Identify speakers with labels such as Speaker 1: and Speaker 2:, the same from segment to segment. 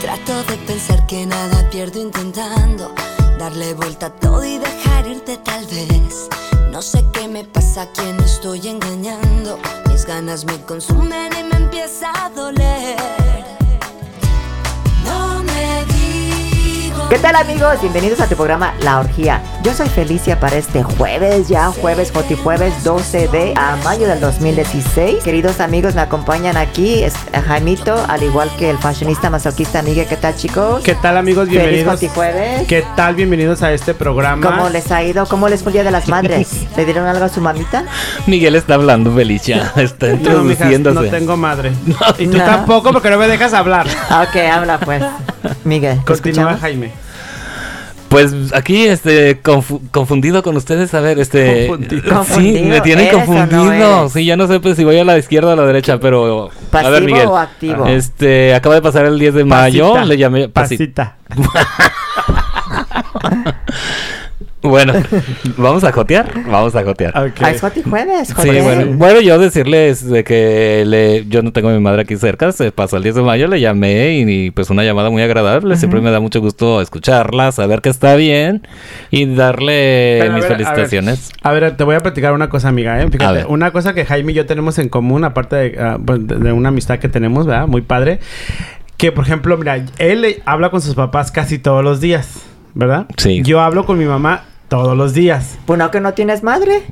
Speaker 1: Trato de pensar que nada pierdo intentando darle vuelta a todo y dejar irte tal vez. No sé qué me pasa, a quién estoy engañando. Mis ganas me consumen y me empieza a doler. No me digo.
Speaker 2: ¿Qué tal amigos? Bienvenidos a tu programa La Orgía. Yo soy Felicia para este jueves, ya jueves, Joti jueves 12 de a mayo del 2016. Queridos amigos, me acompañan aquí es eh, Jaimito, al igual que el fashionista masoquista Miguel. ¿Qué tal chicos?
Speaker 3: ¿Qué tal amigos?
Speaker 2: Feliz
Speaker 3: Bienvenidos.
Speaker 2: Jotijueves.
Speaker 3: ¿Qué tal? Bienvenidos a este programa.
Speaker 2: ¿Cómo les ha ido? ¿Cómo les fue el Día de las Madres? ¿Le dieron algo a su mamita?
Speaker 4: Miguel está hablando, Felicia. Está
Speaker 3: no, mijas,
Speaker 4: introduciéndose.
Speaker 3: no tengo madre. y tú
Speaker 2: No.
Speaker 3: tampoco porque no me dejas hablar.
Speaker 2: Ah, Ok, habla pues. Miguel, ¿te
Speaker 3: Continúa,
Speaker 2: escuchamos?
Speaker 3: Jaime.
Speaker 4: Pues aquí, este, confu- confundido con ustedes, a ver, este...
Speaker 3: Confundido.
Speaker 4: Sí,
Speaker 2: Confundido,
Speaker 4: me tienen
Speaker 2: ¿eres o no
Speaker 4: confundido.
Speaker 2: eres?
Speaker 4: sí, ya no sé pues, si voy a la izquierda o a la derecha, pero... a ver,
Speaker 2: ¿Pasivo
Speaker 4: Miguel.
Speaker 2: o activo?
Speaker 4: Este, acaba de pasar el 10 de mayo,
Speaker 3: Pasita.
Speaker 4: le llamé... pasi-
Speaker 3: Pasita.
Speaker 4: Bueno, vamos a jotear, vamos a jotear.
Speaker 3: Ok.
Speaker 2: Ah, es Joti Jueves,
Speaker 4: Sí,
Speaker 2: Joti.
Speaker 4: bueno, bueno, yo decirles de que le- yo no tengo a mi madre aquí cerca, se pasó el 10 de mayo, le llamé y, y, pues una llamada muy agradable, siempre me da mucho gusto escucharla, saber que está bien y darle
Speaker 3: Pero a
Speaker 4: Eh, mis
Speaker 3: ver, a ver,
Speaker 4: felicitaciones.
Speaker 3: A ver, te voy a platicar una cosa, amiga, ¿eh?
Speaker 4: A
Speaker 3: Fíjate,
Speaker 4: ver.
Speaker 3: una cosa que Jaime y yo tenemos en común, aparte de, ah, pues, de- de una amistad que tenemos, ¿verdad? Muy padre. Que, por ejemplo, mira, él eh, habla con sus papás casi todos los días, ¿verdad?
Speaker 4: Sí.
Speaker 3: Yo hablo con mi mamá todos los días.
Speaker 2: Pues no que no tienes madre.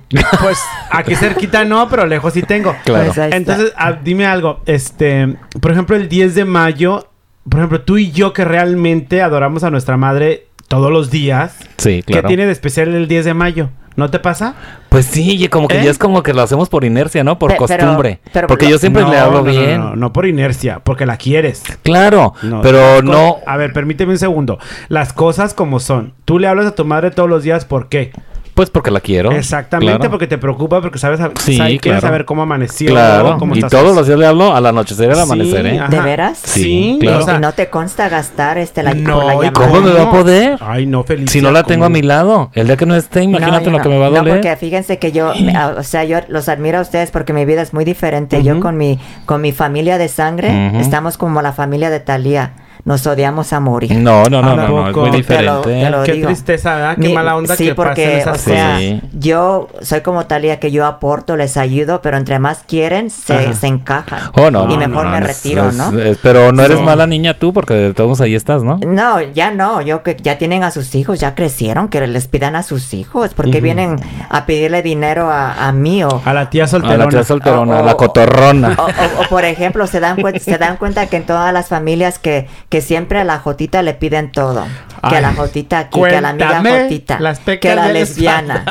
Speaker 3: Pues aquí cerquita no, pero lejos sí tengo.
Speaker 4: Claro.
Speaker 2: Pues ahí está.
Speaker 3: Entonces, ah, dime algo. Este, por ejemplo, el 10 de mayo, por ejemplo, tú y yo que realmente adoramos a nuestra madre todos los días,
Speaker 4: Sí, claro.
Speaker 3: ¿qué tiene de especial el 10 de mayo? ¿No te pasa?
Speaker 4: Pues sí, y como que
Speaker 3: ¿Eh?
Speaker 4: ya es como que lo hacemos por inercia, ¿no? Por
Speaker 2: Pe- pero-
Speaker 4: costumbre.
Speaker 2: pero-
Speaker 4: porque yo siempre
Speaker 3: No,
Speaker 4: le hablo
Speaker 3: no, no,
Speaker 4: bien.
Speaker 3: No, no, no por inercia, porque la quieres.
Speaker 4: Claro,
Speaker 3: No,
Speaker 4: pero
Speaker 3: las co-
Speaker 4: no...
Speaker 3: A ver, permíteme un segundo. Las cosas como son. Tú le hablas a tu madre todos los días, ¿por qué?
Speaker 4: Pues porque la quiero.
Speaker 3: Exactamente,
Speaker 4: claro.
Speaker 3: porque te preocupa, porque sabes, sab-
Speaker 4: Sí,
Speaker 3: sabes- quieres
Speaker 4: claro.
Speaker 3: saber cómo amaneció,
Speaker 4: Claro,
Speaker 3: cómo
Speaker 4: y
Speaker 3: estás.
Speaker 4: todos los días le hablo al anochecer, al
Speaker 3: Sí,
Speaker 4: amanecer, ¿eh?
Speaker 3: ajá.
Speaker 2: ¿De veras?
Speaker 4: Sí,
Speaker 3: Sí,
Speaker 4: claro.
Speaker 3: o sea,
Speaker 2: y no te consta gastar este la, por la
Speaker 3: ¿y
Speaker 2: llamada.
Speaker 4: cómo me va a poder?
Speaker 3: Ay, no, feliz.
Speaker 4: Si no la tengo a mi lado, el día que no esté,
Speaker 2: No,
Speaker 4: imagínate
Speaker 2: yo
Speaker 4: lo
Speaker 2: no.
Speaker 4: que me va a
Speaker 2: No,
Speaker 4: doler.
Speaker 2: porque fíjense que yo, me- ah, o sea, yo los admiro a ustedes porque mi vida es muy diferente. Yo con mi, con mi familia de sangre
Speaker 4: Ujú.
Speaker 2: estamos como la familia de Talía. Nos odiamos a morir.
Speaker 4: No, no, no, no, no, es
Speaker 3: Tampoco.
Speaker 4: muy
Speaker 2: Te Ah, lo-
Speaker 4: diferente.
Speaker 2: te lo
Speaker 3: Qué
Speaker 2: digo.
Speaker 3: tristeza,
Speaker 4: Ah,
Speaker 3: ¿verdad? Qué
Speaker 2: Mi-
Speaker 3: mala onda
Speaker 2: sí,
Speaker 3: que pasen
Speaker 2: porque,
Speaker 3: esas
Speaker 2: o sea,
Speaker 4: cosas. Sí.
Speaker 2: yo soy como Talía que yo aporto, les ayudo, pero entre más quieren, se,
Speaker 3: Ajá.
Speaker 2: se encajan.
Speaker 4: Oh, no,
Speaker 2: y
Speaker 4: no,
Speaker 2: mejor
Speaker 4: no,
Speaker 2: me
Speaker 4: no, es-
Speaker 2: retiro,
Speaker 4: es-
Speaker 2: ¿no?
Speaker 4: es- pero no eres
Speaker 3: No.
Speaker 4: mala niña tú, porque de todos modos ahí estás, ¿no?
Speaker 2: No, ya no, yo que ya tienen a sus hijos, ya crecieron, que les pidan a sus hijos, porque vienen a pedirle dinero a, a mí o,
Speaker 3: A la tía
Speaker 4: A
Speaker 3: solterona.
Speaker 4: la tía solterona, a
Speaker 2: O-
Speaker 4: la
Speaker 2: o-
Speaker 4: cotorrona.
Speaker 2: o- o- o, por ejemplo se dan cuenta, se dan cuenta que en todas las familias que, que siempre a la jotita le piden todo, que a la
Speaker 3: Ay,
Speaker 2: jotita aquí, que a la amiga
Speaker 3: cuéntame
Speaker 2: jotita,
Speaker 3: las pecas
Speaker 2: que a la
Speaker 3: de la
Speaker 2: lesbiana.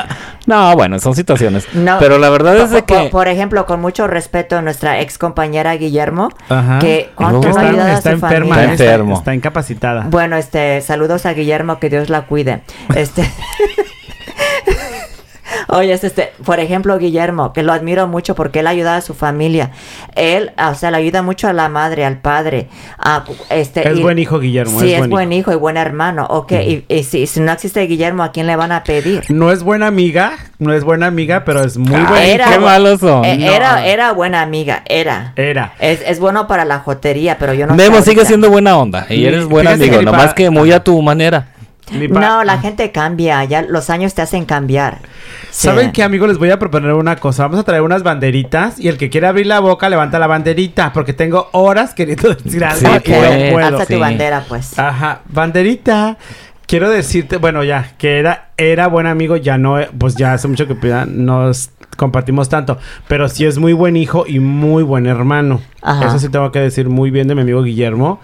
Speaker 4: No, bueno, son situaciones.
Speaker 2: No.
Speaker 4: pero la verdad es de
Speaker 2: Por- por-
Speaker 4: que...
Speaker 2: por ejemplo, con mucho respeto a nuestra ex compañera Guillermo,
Speaker 3: Ajá.
Speaker 2: que cuánto
Speaker 4: No.
Speaker 2: ha ayudado
Speaker 3: Está,
Speaker 2: a
Speaker 3: está
Speaker 2: su
Speaker 3: enferma,
Speaker 2: familia.
Speaker 3: ¿eh? está,
Speaker 4: Enfermo.
Speaker 3: está incapacitada.
Speaker 2: Bueno, este, saludos a Guillermo, que Dios la cuide. Este. Oye, es este, por ejemplo, Guillermo, que lo admiro mucho porque él ayuda a su familia. Él, o sea, le ayuda mucho a la madre, al padre. A, este,
Speaker 3: Es buen hijo, Guillermo,
Speaker 2: Sí,
Speaker 3: es
Speaker 2: es,
Speaker 3: buen
Speaker 2: buen, hijo. y buen hermano. Ok, y- y, si, si no existe Guillermo, ¿a quién le van a pedir?
Speaker 3: No es buena amiga, no es buena amiga, pero es muy
Speaker 2: Ah,
Speaker 4: Ay,
Speaker 3: buena.
Speaker 4: era- qué malos son.
Speaker 2: eh,
Speaker 4: No.
Speaker 2: Era, era buena amiga, era.
Speaker 3: Era.
Speaker 2: Es, es bueno para la jotería, pero yo no sé
Speaker 4: Memo sigue
Speaker 2: ahorita.
Speaker 4: siendo buena onda y
Speaker 3: Mi-
Speaker 4: eres buen
Speaker 3: fíjate
Speaker 4: amigo,
Speaker 3: que mi pa-
Speaker 4: nomás que muy a tu manera.
Speaker 3: Mi pa-
Speaker 2: No, la gente cambia, ya los años te hacen cambiar. Sí.
Speaker 3: ¿Saben qué, amigos? Les voy a proponer una cosa. Vamos a traer unas banderitas y el que quiera abrir la boca levanta la banderita porque tengo horas queriendo decir algo
Speaker 4: Sí,
Speaker 3: y
Speaker 2: Ok,
Speaker 4: pues,
Speaker 3: no puedo.
Speaker 2: alza
Speaker 4: sí. Ah.
Speaker 2: tu bandera, pues.
Speaker 3: Ajá, banderita. Quiero decirte, bueno, ya, que era, era buen amigo, ya no, eh, pues ya hace mucho que ya nos compartimos tanto, pero sí es muy buen hijo y muy buen hermano.
Speaker 2: Ajá.
Speaker 3: Eso sí tengo que decir muy bien de mi amigo Guillermo,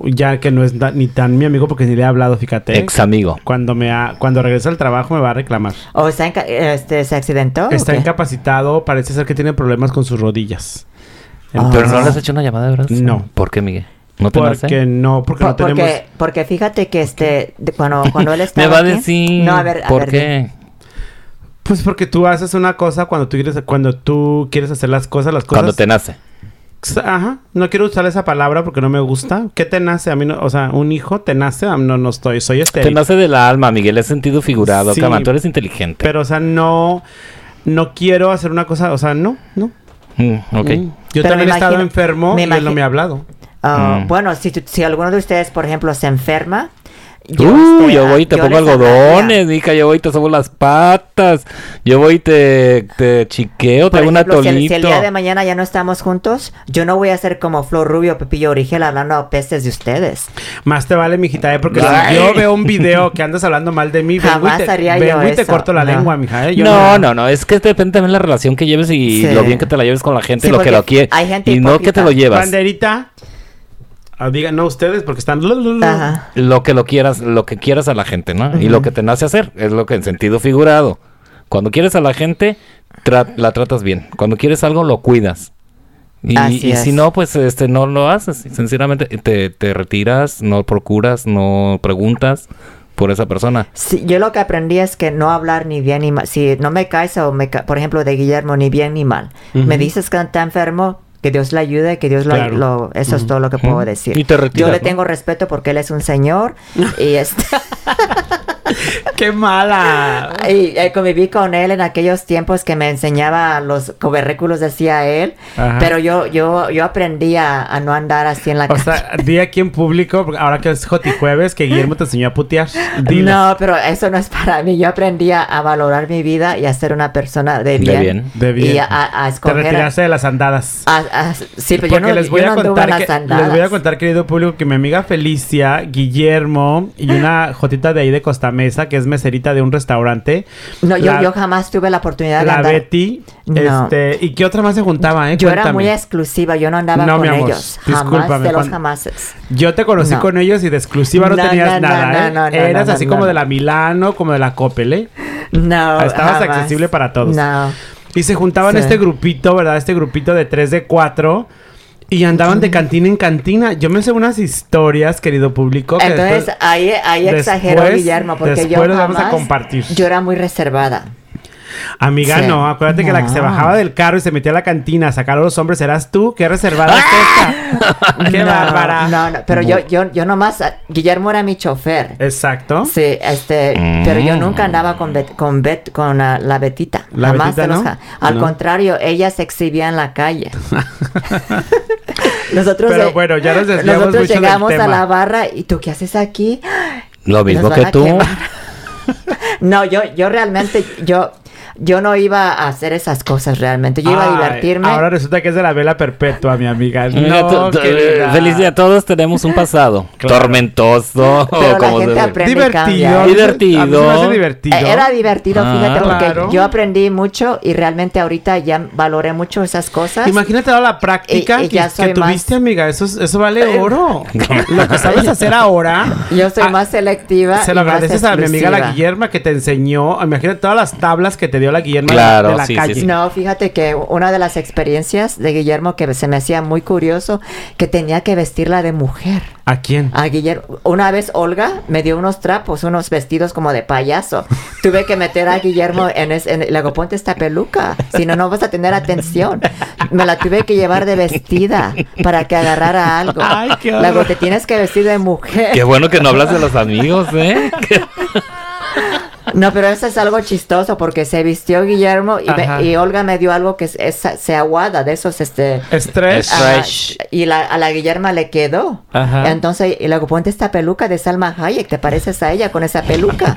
Speaker 3: ya que no es na- ni tan mi amigo porque ni le he hablado, fíjate.
Speaker 4: Ex amigo.
Speaker 3: Cuando me ha- cuando regresa al trabajo me va a reclamar.
Speaker 2: ¿O está inca- este, se accidentó? o
Speaker 3: Está
Speaker 2: qué?
Speaker 3: incapacitado, parece ser que tiene problemas con sus rodillas.
Speaker 2: Ah.
Speaker 4: Pero no le has hecho una llamada de verdad.
Speaker 3: No.
Speaker 4: ¿Por qué, Miguel? ¿No te nace?
Speaker 3: porque no, porque
Speaker 2: Por-
Speaker 3: no tenemos
Speaker 2: porque, porque fíjate que este, de- cuando, cuando él estaba
Speaker 4: Me va a
Speaker 2: aquí-
Speaker 4: decir...
Speaker 2: No, a ver, a
Speaker 4: ¿Por
Speaker 2: ver, di-
Speaker 4: qué?
Speaker 3: Pues porque tú haces una cosa cuando tú quieres cuando tú quieres hacer las cosas, las cosas
Speaker 4: Cuando te nace.
Speaker 3: Ajá, no quiero usar esa palabra porque no me gusta. ¿Qué te nace? A mí no, o sea, un hijo te nace, Ah, no, no estoy, soy
Speaker 4: Te
Speaker 3: estéril.
Speaker 4: nace del alma, Miguel, es sentido figurado.
Speaker 3: Sí.
Speaker 4: Caman, tú eres inteligente.
Speaker 3: Pero, o sea, no, no quiero hacer una cosa, o sea, no, no.
Speaker 4: Mm, ok.
Speaker 3: Mm. Yo
Speaker 2: Pero me
Speaker 3: también he estado
Speaker 2: imagino-
Speaker 3: enfermo
Speaker 2: me
Speaker 3: y él no
Speaker 2: imagi-
Speaker 3: me ha hablado.
Speaker 2: Ah,
Speaker 4: Mm.
Speaker 2: Bueno, si, tu- si alguno de ustedes, por ejemplo, se enferma.
Speaker 4: Yo,
Speaker 2: este,
Speaker 4: yo
Speaker 2: ah,
Speaker 4: voy y te
Speaker 2: yo
Speaker 4: pongo
Speaker 2: les hablaría.
Speaker 4: algodones, hija, yo voy y te sobo las patas, yo voy y te, te chiqueo, te
Speaker 2: Por
Speaker 4: hago un
Speaker 2: ejemplo, si,
Speaker 4: atolito.
Speaker 2: el, si el día de mañana ya no estamos juntos, yo no voy a ser como Flor Rubio o Pepillo Origel hablando a pestes de ustedes.
Speaker 3: Más te vale, mijita, ¿eh? porque si
Speaker 4: Ay.
Speaker 3: yo veo un video que andas hablando mal de mí, vengo y
Speaker 2: Jamás
Speaker 3: te,
Speaker 2: haría yo
Speaker 3: vengo y te
Speaker 2: eso.
Speaker 3: corto la
Speaker 2: No.
Speaker 3: lengua, mija. ¿eh? Yo
Speaker 4: No, no, no, es que depende también de la relación que lleves y
Speaker 2: Sí.
Speaker 4: lo bien que te la lleves con la gente,
Speaker 2: Sí,
Speaker 4: lo
Speaker 2: porque
Speaker 4: que lo quiere.
Speaker 2: hay gente
Speaker 4: y no que te lo
Speaker 2: hipócrita.
Speaker 4: llevas.
Speaker 3: Banderita. Ah, digan no ustedes porque están.
Speaker 2: Ajá.
Speaker 4: Lo que lo quieras, lo que quieras a la gente, ¿no? Y lo que te nace hacer, es lo que en sentido figurado. Cuando quieres a la gente, tra- la tratas bien. Cuando quieres algo, lo cuidas. Y,
Speaker 2: Así
Speaker 4: y si
Speaker 2: es.
Speaker 4: no, pues este no lo haces. Sinceramente, te, te retiras, no procuras, no preguntas por esa persona.
Speaker 2: Sí, yo lo que aprendí es que no hablar ni bien ni mal. Si no me caes o me ca- por ejemplo, de Guillermo, ni bien ni mal. Me dices que está enfermo, que Dios le ayude, que Dios lo...
Speaker 3: Claro.
Speaker 2: lo- eso es todo lo que puedo decir.
Speaker 4: Y te retiras,
Speaker 2: yo le
Speaker 4: ¿no?
Speaker 2: tengo respeto porque él es un señor y este...
Speaker 3: ¡Qué mala!
Speaker 2: Y eh, conviví con él en aquellos tiempos que me enseñaba los coberrículos, decía él.
Speaker 3: Ajá.
Speaker 2: Pero yo, yo, yo aprendí a, a no andar así en la
Speaker 3: O
Speaker 2: calle.
Speaker 3: sea, di aquí en público, porque ahora que es Joti Jueves, que Guillermo te enseñó a putear. Dilo.
Speaker 2: No, pero eso no es para mí. Yo aprendí a, a valorar mi vida y a ser una persona de bien.
Speaker 4: bien.
Speaker 3: De bien.
Speaker 2: Y a, a- a
Speaker 3: Te
Speaker 2: escoger.
Speaker 3: retiraste de las andadas.
Speaker 2: a- a- sí, pero
Speaker 3: Porque
Speaker 2: yo no,
Speaker 3: les voy
Speaker 2: yo
Speaker 3: a
Speaker 2: no anduve en
Speaker 3: contar
Speaker 2: las
Speaker 3: que- les
Speaker 2: andadas.
Speaker 3: voy a contar, querido público, que mi amiga Felicia, Guillermo y una jotita de ahí de Costa Mesa, que es meserita de un restaurante.
Speaker 2: No, yo,
Speaker 3: la,
Speaker 2: yo jamás tuve la oportunidad de
Speaker 3: la
Speaker 2: andar.
Speaker 3: Betty,
Speaker 2: No.
Speaker 3: este, y qué otra más se juntaba, eh,
Speaker 2: Yo era
Speaker 3: Cuéntame.
Speaker 2: muy exclusiva, yo no andaba
Speaker 3: No,
Speaker 2: con
Speaker 3: mi amor,
Speaker 2: ellos. Jamás
Speaker 3: discúlpame,
Speaker 2: de los
Speaker 3: cuando-
Speaker 2: jamases.
Speaker 3: Yo te conocí
Speaker 2: No.
Speaker 3: con ellos y de exclusiva no,
Speaker 2: No,
Speaker 3: tenías
Speaker 2: no, no,
Speaker 3: nada, ¿eh?
Speaker 2: no, no, no,
Speaker 3: Eras
Speaker 2: no,
Speaker 3: así
Speaker 2: no,
Speaker 3: como
Speaker 2: no.
Speaker 3: de la Milano, como de la Coppel, ¿eh?
Speaker 2: No.
Speaker 3: Estabas
Speaker 2: jamás.
Speaker 3: accesible para todos.
Speaker 2: No.
Speaker 3: Y se juntaban
Speaker 2: Sí.
Speaker 3: este grupito, ¿verdad? Este grupito de tres, de cuatro. Y andaban de cantina en cantina. Yo me sé unas historias, querido público. que
Speaker 2: Entonces
Speaker 3: después-
Speaker 2: ahí, ahí exageró
Speaker 3: pues, después-
Speaker 2: Guillermo porque yo
Speaker 3: después lo vamos a
Speaker 2: jamás-
Speaker 3: compartir.
Speaker 2: Yo era muy reservada.
Speaker 3: Amiga,
Speaker 2: Sí.
Speaker 3: no, acuérdate que la que se
Speaker 2: No.
Speaker 3: bajaba del carro y se metía a la cantina a sacar a los hombres eras tú. Qué reservada es esta. Qué
Speaker 2: ¡Ah! no,
Speaker 3: bárbara.
Speaker 2: No, no, pero yo, yo, yo nomás Guillermo era mi chofer.
Speaker 3: Exacto.
Speaker 2: Sí, este,
Speaker 4: Mm.
Speaker 2: pero yo nunca andaba con Bet- con Bet- con ah, la Betita.
Speaker 3: ¿La
Speaker 2: jamás
Speaker 3: Betita
Speaker 2: de los
Speaker 3: no?
Speaker 2: ja- Al
Speaker 3: No.
Speaker 2: contrario, ella se exhibía en la calle. nosotros
Speaker 3: Pero
Speaker 2: eh,
Speaker 3: bueno, ya nos desviamos
Speaker 2: nosotros
Speaker 3: mucho del
Speaker 2: llegamos a
Speaker 3: tema.
Speaker 2: la barra y tú qué haces aquí?
Speaker 4: Lo mismo
Speaker 2: Nos
Speaker 4: que
Speaker 2: van a
Speaker 4: tú.
Speaker 2: quemar. No, yo, yo realmente, yo, yo no iba a hacer esas cosas realmente. Yo iba
Speaker 3: Ay,
Speaker 2: a divertirme.
Speaker 3: Ahora resulta que es de la vela perpetua, mi amiga.
Speaker 4: Mira,
Speaker 3: No,
Speaker 4: tú- eh, tú-
Speaker 3: querida.
Speaker 4: Felicidad, todos tenemos un pasado
Speaker 3: Claro.
Speaker 4: tormentoso.
Speaker 2: Pero la
Speaker 4: como
Speaker 2: gente
Speaker 4: se-
Speaker 2: aprende.
Speaker 3: Divertido.
Speaker 2: cambia.
Speaker 4: Divertido.
Speaker 3: A mí se me hace divertido.
Speaker 2: Eh, Era divertido,
Speaker 4: Ah,
Speaker 2: fíjate, porque
Speaker 3: claro.
Speaker 2: yo aprendí mucho y realmente ahorita ya valoré mucho esas cosas.
Speaker 3: Imagínate toda la práctica
Speaker 2: Y- y
Speaker 3: que,
Speaker 2: ya
Speaker 3: que
Speaker 2: soy más- Eh,
Speaker 3: tuviste, amiga. Eso, es- eso vale oro. Lo que sabes hacer ahora.
Speaker 2: yo soy
Speaker 3: Ah,
Speaker 2: más selectiva.
Speaker 3: Se lo
Speaker 2: y más
Speaker 3: agradeces a mi amiga la
Speaker 2: exclusiva.
Speaker 3: Guillerma que te enseñó. Imagínate todas las tablas que te dio la Guillerma de-
Speaker 4: Claro,
Speaker 3: de la
Speaker 4: sí, sí,
Speaker 3: calle.
Speaker 4: sí.
Speaker 2: No, fíjate que una de las experiencias de Guillermo que se me hacía muy curioso, que tenía que vestirla de mujer.
Speaker 3: ¿A quién?
Speaker 2: A Guillermo, una vez Olga me dio unos trapos, unos vestidos como de payaso. Tuve que meter a Guillermo en, es, en- le digo, ponte esta peluca, si no, no vas a tener atención. Me la tuve que llevar de vestida para que agarrara algo.
Speaker 3: Ay, qué horror.
Speaker 2: Luego te tienes que vestir de mujer.
Speaker 4: Qué bueno que no hablas de los amigos, ¿eh?
Speaker 2: No, pero eso es algo chistoso porque se vistió Guillermo y, me-
Speaker 3: Ajá.
Speaker 2: y Olga me dio algo que es, es- se aguada de esos, este...
Speaker 3: Estrés.
Speaker 4: Es-
Speaker 2: ajá,
Speaker 4: Trash.
Speaker 2: y la- a la Guillerma le quedó.
Speaker 3: Ajá.
Speaker 2: Entonces, y luego ponte esta peluca de Salma Hayek, te pareces a ella con esa peluca.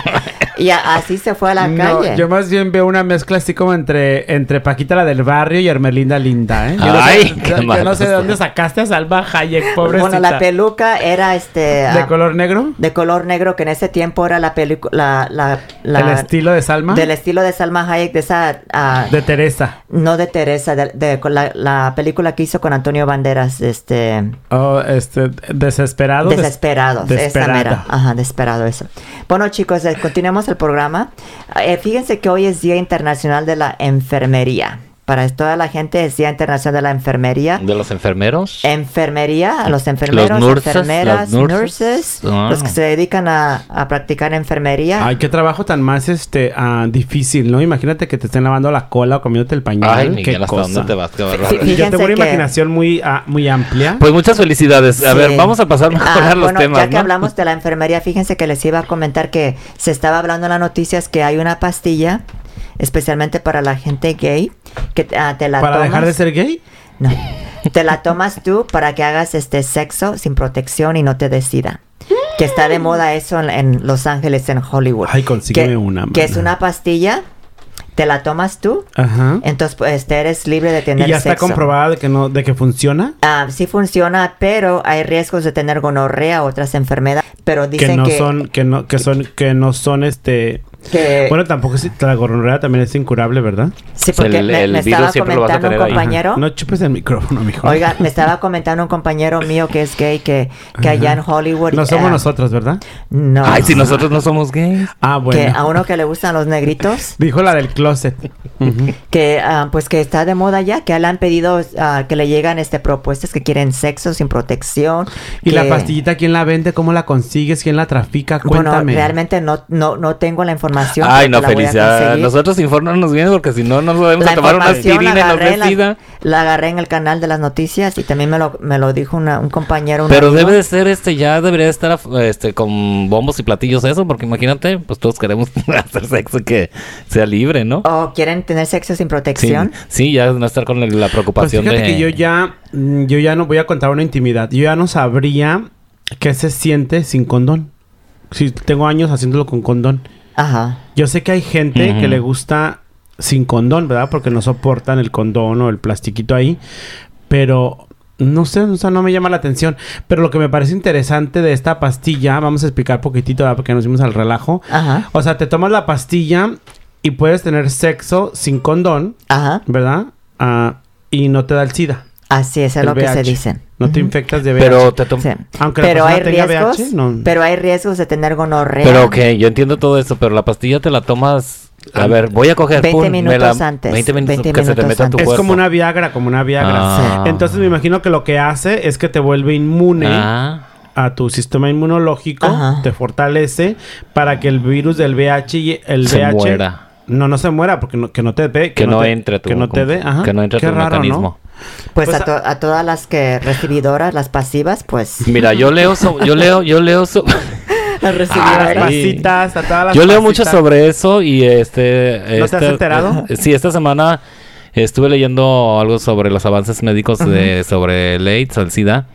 Speaker 2: y a- así se fue a la
Speaker 3: No,
Speaker 2: calle.
Speaker 3: yo más bien veo una mezcla así como entre, entre Paquita la del barrio y Hermelinda Linda, ¿eh? Yo no sé-
Speaker 4: Ay,
Speaker 3: yo-
Speaker 4: qué
Speaker 3: yo, no
Speaker 4: mal.
Speaker 3: sé de dónde sacaste a Salva Hayek, pobrecita.
Speaker 2: bueno, la peluca era este ah,
Speaker 3: ¿De color negro?
Speaker 2: de color negro, que en ese tiempo era la película, la, la, la-
Speaker 3: ¿El estilo de Salma?
Speaker 2: del estilo de Salma Hayek, de esa ah,
Speaker 3: De Teresa.
Speaker 2: no de Teresa, de, de- con la, la película que hizo con Antonio Banderas, este
Speaker 3: Oh, este, desesperado. des-
Speaker 2: Desesperados, esa
Speaker 3: Desesperada.
Speaker 2: mera. Ajá, desesperado eso. Bueno, chicos, eh, continuemos el programa. Eh, fíjense que hoy es Día Internacional de la Enfermería. para toda la gente del Día Internacional de la Enfermería.
Speaker 4: De los enfermeros.
Speaker 2: Enfermería, los enfermeros,
Speaker 4: Los nurses,
Speaker 2: enfermeras,
Speaker 4: las
Speaker 2: nurses,
Speaker 4: nurses. Ah.
Speaker 2: los que se dedican a, a practicar enfermería.
Speaker 3: Ay, qué trabajo tan más este ah, difícil, ¿no? Imagínate que te estén lavando la cola o comiéndote el pañal.
Speaker 4: Ay,
Speaker 3: qué
Speaker 4: Miguel, ¿hasta
Speaker 3: cosa.
Speaker 4: dónde te vas? Qué bárbaro.
Speaker 2: Sí, sí.
Speaker 3: Yo
Speaker 2: Fíjense
Speaker 3: tengo una
Speaker 2: que-
Speaker 3: imaginación muy, ah, muy amplia.
Speaker 4: Pues muchas felicidades. A
Speaker 2: Sí.
Speaker 4: ver, vamos a pasar mejor
Speaker 2: Ah,
Speaker 4: a los
Speaker 2: bueno,
Speaker 4: temas.
Speaker 2: Ya que
Speaker 4: ¿no?
Speaker 2: hablamos de la enfermería, fíjense que les iba a comentar que se estaba hablando en las noticias que hay una pastilla, especialmente para la gente gay, que ah, te la
Speaker 3: ¿Para
Speaker 2: tomas.
Speaker 3: dejar de ser gay?
Speaker 2: No. Te la tomas tú para que hagas este sexo sin protección y no te decida. Que está de moda eso en, en Los Ángeles, en Hollywood.
Speaker 3: Ay, consígueme
Speaker 2: Que-
Speaker 3: una,
Speaker 2: Que es
Speaker 3: mana.
Speaker 2: una pastilla, te la tomas tú,
Speaker 3: Ajá.
Speaker 2: entonces pues, este, eres libre de
Speaker 3: Y
Speaker 2: tener
Speaker 3: ya está
Speaker 2: sexo.
Speaker 3: comprobada de que no, de que funciona.
Speaker 2: Ah, sí funciona, pero hay riesgos de tener gonorrea, otras enfermedades. Pero dicen
Speaker 3: que no son, que no, que son, que no son este.
Speaker 2: que-
Speaker 3: Bueno, tampoco es, la gonorrea también es incurable, ¿verdad?
Speaker 2: sí, porque
Speaker 4: el-
Speaker 2: me,
Speaker 4: el
Speaker 2: me
Speaker 4: virus
Speaker 2: estaba
Speaker 4: siempre lo vas a
Speaker 2: comentando un
Speaker 4: tener ahí.
Speaker 2: compañero.
Speaker 3: No chupes el micrófono, mijo.
Speaker 2: Oiga, me estaba comentando un compañero mío que es gay que, que allá en Hollywood.
Speaker 3: no somos
Speaker 2: ah,
Speaker 3: nosotros, ¿verdad?
Speaker 2: No.
Speaker 4: Ay, si nosotros no somos gays.
Speaker 3: Ah,
Speaker 2: que
Speaker 3: bueno.
Speaker 2: a uno que le gustan los negritos,
Speaker 3: Dijo la del closet. Ujú.
Speaker 2: que ah, pues que está de moda ya, que le han pedido ah, que le llegan este propuestas que quieren sexo sin protección.
Speaker 3: ¿Y la
Speaker 2: que-
Speaker 3: pastillita quién la vende? ¿Cómo la consigues? ¿Quién la trafica?
Speaker 2: Bueno,
Speaker 3: Cuéntame.
Speaker 2: realmente no, no, no tengo la información.
Speaker 4: Ay,
Speaker 2: pero
Speaker 4: no,
Speaker 2: te la voy a
Speaker 4: felicidad.
Speaker 2: conseguir.
Speaker 4: Nosotros infórmanos bien porque si no, nos podemos
Speaker 2: La
Speaker 4: tomar una
Speaker 2: información la
Speaker 4: aspirina y nos
Speaker 2: agarré, en
Speaker 4: decida.
Speaker 2: la, la agarré en el canal de las noticias y también me lo, me lo dijo una- un compañero. un
Speaker 4: Pero
Speaker 2: amigo.
Speaker 4: debe de ser este, ya debería estar este, con bombos y platillos eso, porque imagínate, pues todos queremos hacer sexo que sea libre, ¿no?
Speaker 2: ¿O Oh, quieren tener sexo sin
Speaker 4: Sí,
Speaker 2: protección?
Speaker 4: sí, ya no estar con el- la
Speaker 3: Pues
Speaker 4: preocupación
Speaker 3: fíjate
Speaker 4: de...
Speaker 3: que yo ya, mm, yo ya no voy a contar una intimidad. Yo ya no sabría qué se siente sin condón. Si tengo años haciéndolo con condón.
Speaker 2: Ajá.
Speaker 3: Yo sé que hay gente
Speaker 4: Ujú.
Speaker 3: que le gusta sin condón, ¿verdad? Porque no soportan el condón o el plastiquito ahí. Pero no sé, o sea, no me llama la atención. Pero lo que me parece interesante de esta pastilla, vamos a explicar poquitito, ¿verdad? Porque nos dimos al relajo.
Speaker 2: Ajá.
Speaker 3: O sea, te tomas la pastilla y puedes tener sexo sin condón,
Speaker 2: Ajá.
Speaker 3: ¿verdad? Ah, y no te da el SIDA.
Speaker 2: Así es, es
Speaker 3: el
Speaker 2: lo que se
Speaker 3: VIH.
Speaker 2: dicen.
Speaker 3: No te
Speaker 2: Ujú.
Speaker 3: infectas de VIH.
Speaker 4: Pero te tom-
Speaker 2: Sí.
Speaker 3: Aunque la
Speaker 2: Pero
Speaker 3: persona
Speaker 2: hay
Speaker 3: tenga
Speaker 2: riesgos.
Speaker 3: VIH, no.
Speaker 2: Pero hay riesgos de tener gonorrea.
Speaker 4: Pero ok, yo entiendo todo eso, pero la pastilla te la tomas... A ver, voy a coger...
Speaker 2: 20
Speaker 4: pum, me
Speaker 2: minutos
Speaker 4: la-
Speaker 2: antes,
Speaker 4: 20 minutos
Speaker 2: 20
Speaker 4: que se te
Speaker 2: minutos
Speaker 4: meta en tu
Speaker 3: es
Speaker 4: cuerpo.
Speaker 3: como una Viagra, como una Viagra.
Speaker 4: Ah.
Speaker 3: Entonces me imagino que lo que hace es que te vuelve inmune
Speaker 4: Ah.
Speaker 3: a tu sistema inmunológico,
Speaker 2: Ajá.
Speaker 3: te fortalece para que el virus del VIH y el
Speaker 4: Se
Speaker 3: VIH
Speaker 4: muera.
Speaker 3: no no se muera porque no- que no te dé,
Speaker 4: que, no,
Speaker 3: te-
Speaker 4: entre tu
Speaker 3: que no te dé, ajá.
Speaker 4: que no entre
Speaker 3: Qué
Speaker 4: tu
Speaker 3: raro, ¿no?
Speaker 4: mecanismo
Speaker 2: pues
Speaker 3: pues,
Speaker 2: a, to- a todas las que recibidoras, las pasivas, pues.
Speaker 4: mira yo leo so- yo leo yo leo so-
Speaker 2: Las
Speaker 3: A las
Speaker 4: Ay.
Speaker 2: recibidoras.
Speaker 3: pasitas, a todas las
Speaker 4: Ah, yo leo mucho
Speaker 3: pasitas.
Speaker 4: sobre eso y este
Speaker 3: ¿No te has
Speaker 4: esta-
Speaker 3: enterado?
Speaker 4: sí esta semana estuve leyendo algo sobre los avances médicos de sobre el AIDS el SIDA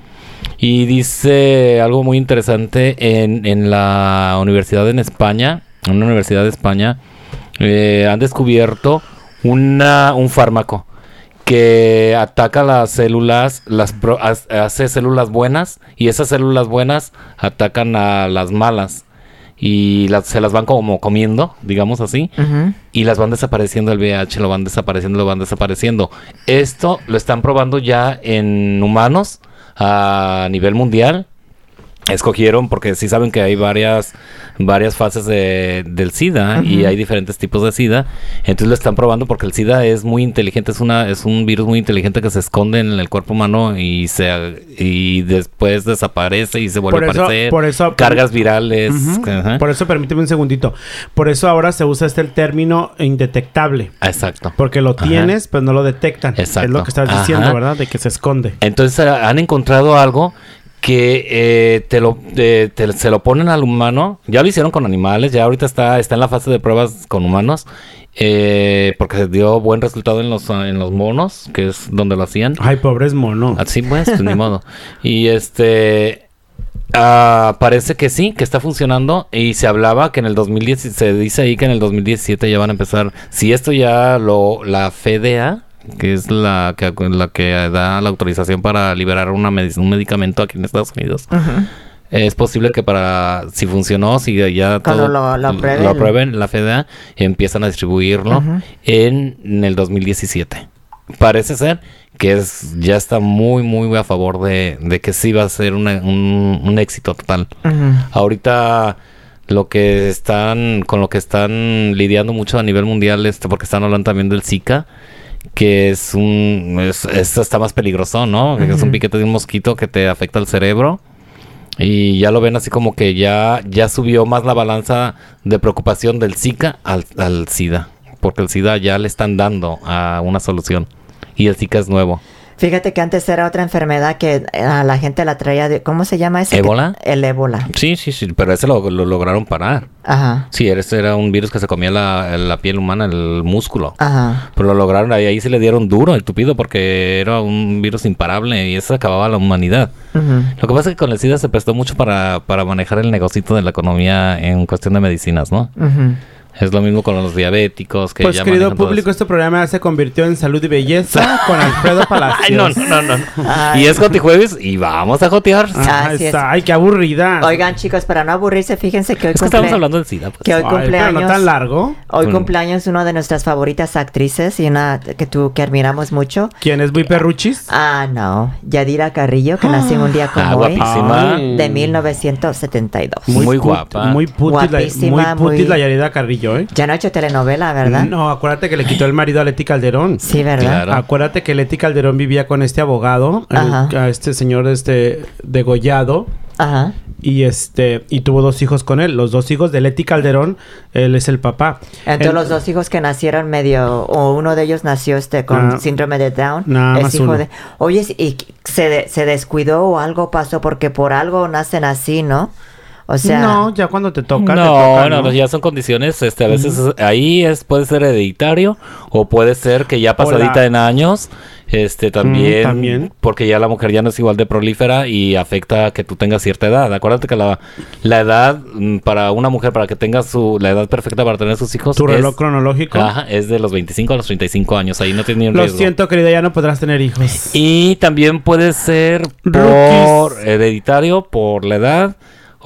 Speaker 4: y dice algo muy interesante en, en la universidad en España en una universidad de España eh, han descubierto una un fármaco que ataca las células, las pro- haz- hace células buenas y esas células buenas atacan a las malas y las- se las van como comiendo, digamos así,
Speaker 2: Ujú.
Speaker 4: y las van desapareciendo el VIH, lo van desapareciendo, lo van desapareciendo. Esto lo están probando ya en humanos a nivel mundial. Escogieron porque sí saben que hay varias varias fases de- del SIDA y hay diferentes tipos de SIDA. Entonces lo están probando porque el SIDA es muy inteligente, es una es un virus muy inteligente que se esconde en el cuerpo humano y se y después desaparece y se vuelve
Speaker 3: Por
Speaker 4: a
Speaker 3: eso-
Speaker 4: aparecer.
Speaker 3: por eso-
Speaker 4: cargas virales. ajá.
Speaker 3: Por eso permíteme un segundito. Por eso ahora se usa este el término indetectable,
Speaker 4: Exacto.
Speaker 3: porque lo
Speaker 4: Ajá.
Speaker 3: tienes, pero no lo detectan. Es
Speaker 4: Exacto.
Speaker 3: lo que estás diciendo,
Speaker 4: Ajá.
Speaker 3: ¿verdad? De que se esconde.
Speaker 4: Entonces a- han encontrado algo que eh, te lo, eh, te- se lo ponen al humano. Ya lo hicieron con animales, ya ahorita está, está en la fase de pruebas con humanos. eh, porque se dio buen resultado en los, ah, en los monos, que es donde lo hacían.
Speaker 3: Ay, pobres mono.
Speaker 4: Así pues, pues, ni modo. Y este. ah, parece que sí, que está funcionando. Y se hablaba que en el 2010, se dice ahí que en el 2017 ya van a empezar. Si esto ya lo. La FDA, que es la que, la que da la autorización para liberar una medic- un medicamento aquí en Estados Unidos. Es posible que para, si funcionó, si ya
Speaker 2: Cuando lo- lo aprueben.
Speaker 4: aprueben, la FDA, empiezan a distribuirlo en, en el 2017. Parece ser que es ya está muy, muy a favor de, de que sí va a ser una- un, un éxito total.
Speaker 2: Ujú.
Speaker 4: Ahorita lo que están, con lo que están lidiando mucho a nivel mundial, este, porque están hablando también del Zika, que es un... es- esto está más peligroso, ¿no? Es un piquete de un mosquito que te afecta el cerebro. Y ya lo ven así como que ya, ya subió más la balanza de preocupación del Zika al, al SIDA. Porque el SIDA ya le están dando a una solución. Y el Zika es nuevo.
Speaker 2: Fíjate que antes era otra enfermedad que eh, a la gente la traía de... ¿Cómo se llama ese?
Speaker 4: ¿Ébola?
Speaker 2: El ébola.
Speaker 4: Sí, sí, sí, pero ese lo, lo lograron parar.
Speaker 2: Ajá.
Speaker 4: Sí, ese era un virus que se comía la, la piel humana, el músculo.
Speaker 2: Ajá.
Speaker 4: Pero lo lograron, ahí, ahí se le dieron duro el tupido porque era un virus imparable y eso acababa la humanidad.
Speaker 2: Ujú.
Speaker 4: Lo que pasa es que con el SIDA se prestó mucho para, para manejar el negocito de la economía en cuestión de medicinas, ¿no?
Speaker 2: Ujú.
Speaker 4: Es lo mismo con los diabéticos que
Speaker 3: Pues
Speaker 4: ya
Speaker 3: querido
Speaker 4: manejan todo
Speaker 3: público, este programa se convirtió en salud y belleza con Alfredo
Speaker 4: eso.
Speaker 3: Palacios.
Speaker 4: Ay, no, no, no. no.
Speaker 2: Ay.
Speaker 4: Y es jotijueves y vamos a jotear.
Speaker 3: Ah,
Speaker 2: Así es.
Speaker 3: está. Ay, qué aburrida.
Speaker 2: Oigan, chicos, para no aburrirse, fíjense que hoy
Speaker 4: Es
Speaker 2: cumple-
Speaker 4: que estamos hablando del SIDA, pues.
Speaker 2: que hoy
Speaker 3: Ay,
Speaker 2: cumpleaños...
Speaker 3: Pero no tan largo.
Speaker 2: Hoy
Speaker 4: Mm.
Speaker 2: cumpleaños una de nuestras favoritas actrices y una que tú que admiramos mucho.
Speaker 3: ¿Quién es Bui Perruchis?
Speaker 2: Ah, no, Yadira Carrillo, que nació un día como
Speaker 4: Ah,
Speaker 2: hoy,
Speaker 4: guapísima.
Speaker 3: Ay.
Speaker 2: de 1972.
Speaker 4: Muy
Speaker 3: put-
Speaker 4: guapa.
Speaker 3: Muy putis, la,
Speaker 2: Guapísima,
Speaker 3: muy putis
Speaker 2: muy-
Speaker 3: la Yarida Carrillo, ¿eh?
Speaker 2: Ya no ha hecho telenovela, ¿verdad?
Speaker 3: No, acuérdate que le quitó el marido a Leti Calderón.
Speaker 2: Sí, ¿verdad?
Speaker 4: Claro.
Speaker 3: Acuérdate que Leti Calderón vivía con este abogado, el-
Speaker 2: Ajá.
Speaker 3: a este señor este degollado.
Speaker 2: Ajá.
Speaker 3: Y este, y tuvo dos hijos con él. Los dos hijos de Leti Calderón, él es el papá.
Speaker 2: Entonces
Speaker 3: El-
Speaker 2: los dos hijos que nacieron medio, o uno de ellos nació este con
Speaker 3: Ah.
Speaker 2: síndrome de Down,
Speaker 3: Nada
Speaker 2: es
Speaker 3: más
Speaker 2: hijo
Speaker 3: uno.
Speaker 2: de... Oye, ¿y qu- se, de- se descuidó o algo pasó? Porque por algo nacen así, ¿no? O sea...
Speaker 3: no, ya cuando te toca, te
Speaker 4: No,
Speaker 3: toca,
Speaker 4: no, no, ya son condiciones, este, a veces es- ahí es, puede ser hereditario o puede ser que ya pasadita
Speaker 3: Hola.
Speaker 4: en años, este, también,
Speaker 3: también.
Speaker 4: porque ya la mujer ya no es igual de prolífera y afecta que tú tengas cierta edad. Acuérdate que la, la edad mm, para una mujer, para que tenga su, la edad perfecta para tener sus hijos,
Speaker 3: Tu
Speaker 4: es,
Speaker 3: reloj cronológico.
Speaker 4: Ajá, es de los 25 a los 35 años, ahí no tiene ni un
Speaker 3: Lo
Speaker 4: riesgo.
Speaker 3: siento, querida, ya no podrás tener hijos.
Speaker 4: Y también puede ser por eh,
Speaker 3: Rookies.
Speaker 4: hereditario, por la edad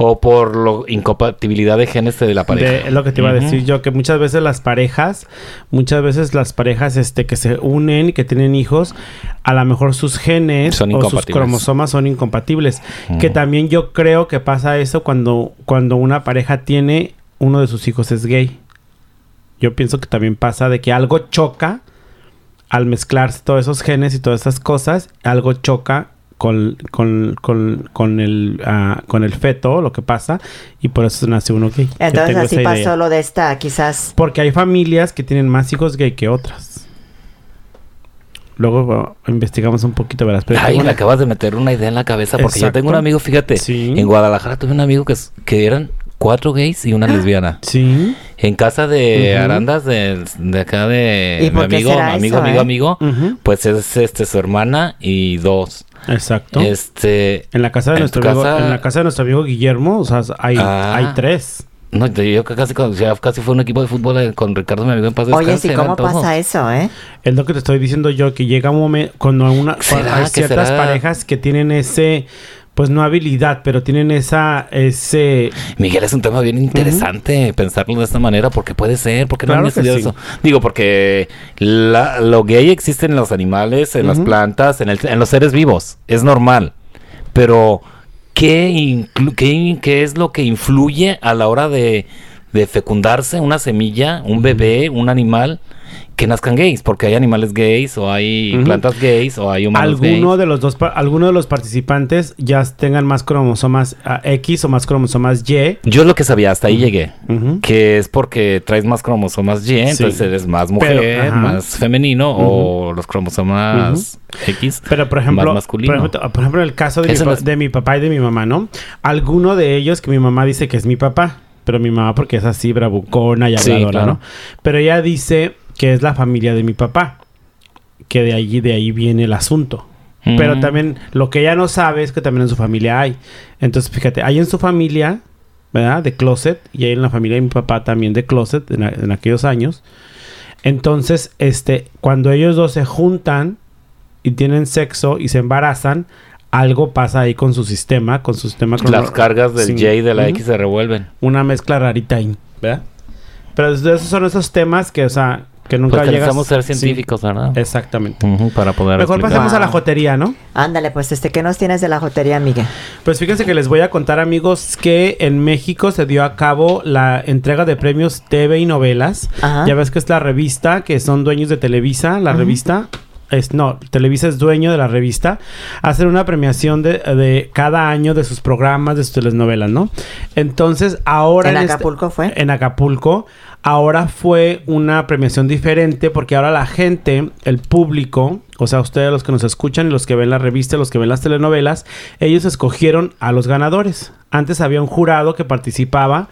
Speaker 4: o por lo, incompatibilidad de genes de la pareja.
Speaker 3: De- es lo que te iba a
Speaker 4: Ujú.
Speaker 3: decir yo, que muchas veces las parejas, muchas veces las parejas este, que se unen y que tienen hijos, a lo mejor sus genes
Speaker 4: Son
Speaker 3: o sus
Speaker 4: incompatibles.
Speaker 3: cromosomas son incompatibles. Que también yo creo que pasa eso cuando, cuando una pareja tiene uno de sus hijos es gay. Yo pienso que también pasa de que algo choca al mezclar todos esos genes y todas esas cosas, algo choca con, con, con, con el, ah, con el feto, lo que pasa, y por eso nace uno gay. Yo
Speaker 2: Entonces
Speaker 3: tengo
Speaker 2: así
Speaker 3: esa
Speaker 2: pasó
Speaker 3: idea.
Speaker 2: lo de esta, quizás...
Speaker 3: Porque hay familias que tienen más hijos gay que otras. Luego bueno, investigamos un poquito, verás. Pero
Speaker 4: Ay,
Speaker 3: tengo
Speaker 4: me
Speaker 3: una-
Speaker 4: acabas de meter una idea en la cabeza porque yo tengo un
Speaker 3: Exacto.
Speaker 4: amigo, fíjate,
Speaker 3: Sí.
Speaker 4: en Guadalajara tuve un amigo que, s- que eran cuatro gays y una lesbiana.
Speaker 3: Sí.
Speaker 4: En casa de
Speaker 3: Ah. Ujú.
Speaker 4: Arandas de, de acá
Speaker 2: ¿Y
Speaker 4: de mi
Speaker 2: por qué
Speaker 4: amigo,
Speaker 2: será
Speaker 4: amigo,
Speaker 2: eso,
Speaker 4: amigo,
Speaker 2: eh?
Speaker 4: amigo,
Speaker 3: Ujú.
Speaker 4: pues es este su hermana y dos.
Speaker 3: Exacto.
Speaker 4: Este,
Speaker 3: en la casa de
Speaker 4: en
Speaker 3: nuestro
Speaker 4: tu
Speaker 3: amigo,
Speaker 4: casa-
Speaker 3: en la casa de nuestro amigo Guillermo, o sea, hay,
Speaker 4: Ah.
Speaker 3: hay tres.
Speaker 4: no, yo casi con- ya casi fue un equipo de fútbol eh, con Ricardo mi amigo en paz
Speaker 3: Pues
Speaker 2: Oye,
Speaker 4: descanse,
Speaker 2: ¿y cómo
Speaker 4: eran todos.
Speaker 2: pasa eso, eh?
Speaker 3: Es lo que te estoy diciendo yo, que llega un momento cuando una,
Speaker 4: ¿Será
Speaker 3: cuando hay
Speaker 4: que
Speaker 3: ciertas
Speaker 4: será?
Speaker 3: parejas que tienen ese, pues no habilidad, pero tienen esa, ese
Speaker 4: Miguel, es un tema bien interesante pensarlo de esta manera, porque puede ser, porque no
Speaker 3: Claro
Speaker 4: han
Speaker 3: que
Speaker 4: estudiado
Speaker 3: sí.
Speaker 4: eso. Digo, porque la- lo gay existe en los animales, en las plantas, en, el- en los seres vivos, es normal. Pero, ¿qué, inclu- qué, in- qué es lo que influye a la hora de, de fecundarse una semilla, un bebé, un animal? Que nazcan gays, porque hay animales gays, o hay
Speaker 3: Ujú.
Speaker 4: plantas gays, o hay humanos
Speaker 3: alguno
Speaker 4: gays.
Speaker 3: de los dos pa- alguno de los participantes ya tengan más cromosomas ah, X o más cromosomas Y.
Speaker 4: Yo lo que sabía, hasta ahí llegué.
Speaker 3: Ujú.
Speaker 4: que es porque traes más cromosomas Y, entonces
Speaker 3: Sí.
Speaker 4: eres más mujer,
Speaker 3: Pero, ajá.
Speaker 4: más femenino, o los cromosomas X,
Speaker 3: Pero por ejemplo,
Speaker 4: más masculino.
Speaker 3: Por ejemplo, por ejemplo, el caso de mi,
Speaker 4: Eso no
Speaker 3: pa-
Speaker 4: es-
Speaker 3: de mi papá y de mi mamá, ¿no? Alguno de ellos que mi mamá dice que es mi papá, pero mi mamá porque es así bravucona y
Speaker 4: Sí,
Speaker 3: habladora,
Speaker 4: claro.
Speaker 3: ¿no? Pero ella dice que es la familia de mi papá, que de allí de ahí viene el asunto.
Speaker 4: Mm.
Speaker 3: Pero también lo que ella no sabe es que también en su familia hay. Entonces, fíjate, hay en su familia, ¿verdad? De closet y hay en la familia de mi papá también de closet en, a- en aquellos años. Entonces, este, cuando ellos dos se juntan y tienen sexo y se embarazan, algo pasa ahí con su sistema, con su sistema
Speaker 4: Las
Speaker 3: crono-
Speaker 4: cargas del
Speaker 3: Sí.
Speaker 4: Y y de la
Speaker 3: Ujú.
Speaker 4: X se revuelven.
Speaker 3: Una mezcla rarita ahí, ¿verdad? Pero es- esos son esos temas que, o sea, Que nunca
Speaker 4: Porque
Speaker 3: llegas...
Speaker 4: Pues necesitamos ser
Speaker 3: sí,
Speaker 4: científicos, ¿verdad?
Speaker 3: exactamente.
Speaker 4: Ujú, para poder
Speaker 3: Mejor
Speaker 4: explicar.
Speaker 3: pasemos a la
Speaker 2: Wow.
Speaker 3: jotería, ¿no?
Speaker 2: Ándale, pues este, ¿qué nos tienes de la jotería, Miguel?
Speaker 3: Pues fíjense que les voy a contar, amigos, que en México se dio a cabo la entrega de premios TV y novelas.
Speaker 2: Ajá.
Speaker 3: Ya ves que es la revista, que son dueños de Televisa, la revista. Es, no, Televisa es dueño de la revista. Hacen una premiación de, de cada año de sus programas, de sus telenovelas, ¿no? Entonces, ahora.
Speaker 2: ¿En
Speaker 3: este-
Speaker 2: Acapulco fue?
Speaker 3: en Acapulco. Ahora fue una premiación diferente porque ahora la gente, el público, o sea, ustedes los que nos escuchan y los que ven la revista, los que ven las telenovelas, ellos escogieron a los ganadores. Antes había un jurado que participaba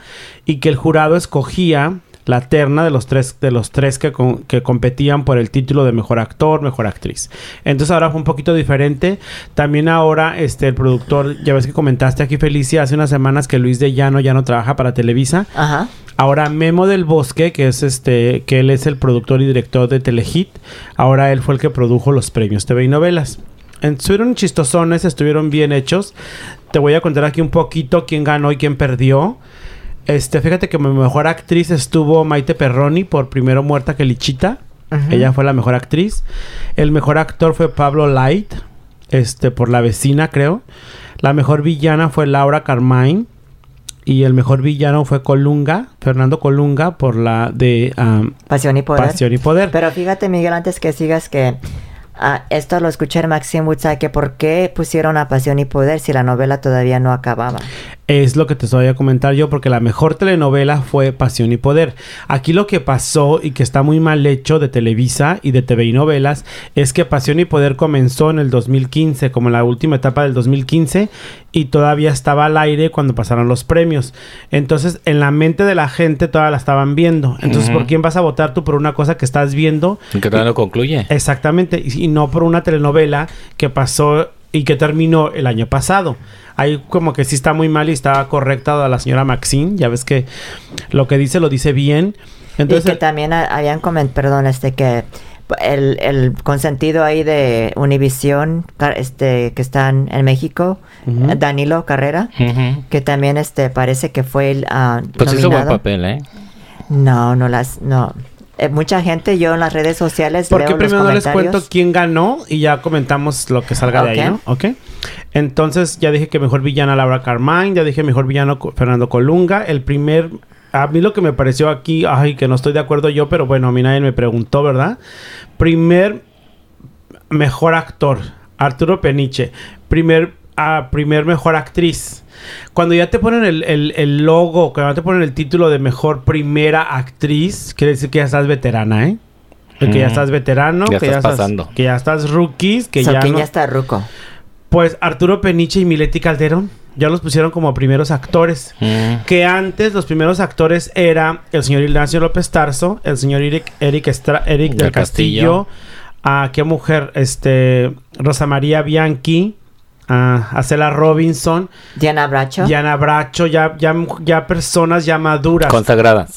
Speaker 3: y que el jurado escogía la terna de los tres, de los tres que, con- que competían por el título de mejor actor, mejor actriz. Entonces ahora fue un poquito diferente. También ahora este, el productor, ya ves que comentaste aquí Felicia hace unas semanas que Luis de Llano ya no trabaja para Televisa.
Speaker 2: Ajá.
Speaker 3: Ahora Memo del Bosque, que es este, que él es el productor y director de Telehit, ahora él fue el que produjo los premios TV y novelas. En- Estuvieron chistosones, estuvieron bien hechos. Te voy a contar aquí un poquito quién ganó y quién perdió. Este, fíjate que mi mejor actriz estuvo Maite Perroni por Primero Muerta que Lichita.
Speaker 2: Ujú.
Speaker 3: Ella fue la mejor actriz. El mejor actor fue Pablo Light, este, por La Vecina, creo. La mejor villana fue Laura Carmine. Y el mejor villano fue Colunga, Fernando Colunga, por la de am,
Speaker 2: Pasión y poder.
Speaker 3: Pasión y Poder.
Speaker 2: Pero fíjate, Miguel, antes que sigas que ah, esto lo escuché en Maxim Woodside, que por qué pusieron a Pasión y Poder si la novela todavía no acababa.
Speaker 3: Es lo que te voy a comentar yo, porque la mejor telenovela fue Pasión y Poder. Aquí lo que pasó y que está muy mal hecho de Televisa y de TV y novelas es que Pasión y Poder comenzó en el 2015, como en la última etapa del 2015, y todavía estaba al aire cuando pasaron los premios. Entonces, en la mente de la gente todavía la estaban viendo. Entonces, ¿por quién vas a votar tú por una cosa que estás viendo
Speaker 4: Que todavía no concluye.
Speaker 3: Exactamente, y y no por una telenovela que pasó y que terminó el año pasado. Ahí como que sí está muy mal y está correcta la señora Maxine, ya ves que lo que dice lo dice bien.
Speaker 2: y que
Speaker 3: Entonces,
Speaker 2: también ah, habían comentado, perdón, este que el, el consentido ahí de Univisión, ca- este, que están en México,
Speaker 3: Ujú.
Speaker 2: eh, Danilo Carrera,
Speaker 4: Ujú.
Speaker 2: que también este parece que fue el ah,
Speaker 4: Pues hizo buen
Speaker 2: nominado.
Speaker 4: papel, ¿eh?
Speaker 2: No, no las, no. Eh, mucha gente, yo en las redes sociales
Speaker 3: porque
Speaker 2: leo los
Speaker 3: primero les cuento
Speaker 2: comentarios.
Speaker 3: quién ganó y ya comentamos lo que salga de ahí,
Speaker 2: Ok.
Speaker 3: ¿no? Ok. Entonces, ya dije que mejor villana Laura Carmine, ya dije mejor villano Co- Fernando Colunga, el primer a mí lo que me pareció aquí, ay, que no estoy de acuerdo yo, pero bueno, a mí nadie me preguntó, ¿verdad? Primer mejor actor, Arturo Peniche. Primer, ah, primer mejor actriz. Cuando ya te ponen el, el- el logo, cuando ya te ponen el título de mejor primera actriz, quiere decir que ya estás veterana, ¿eh? Que ya
Speaker 4: Mm.
Speaker 3: estás veterano,
Speaker 4: Ya
Speaker 3: que,
Speaker 4: estás
Speaker 3: ya estás,
Speaker 4: pasando.
Speaker 3: que ya estás rookies, que
Speaker 2: So,
Speaker 3: ya,
Speaker 2: ¿quién
Speaker 3: no-
Speaker 2: ya está ruco.
Speaker 3: Pues Arturo Peniche y Mileti Calderón ya los pusieron como primeros actores.
Speaker 4: Mm.
Speaker 3: Que antes los primeros actores era el señor Ignacio López Tarso, el señor Eric, Eric, Estra- Eric del
Speaker 4: Del
Speaker 3: Castillo,
Speaker 4: Castillo.
Speaker 3: a qué mujer, este, Rosa María Bianchi, a Acela Robinson,
Speaker 2: Diana Bracho.
Speaker 3: Diana Bracho, ya, ya, ya personas ya maduras.
Speaker 4: Consagradas.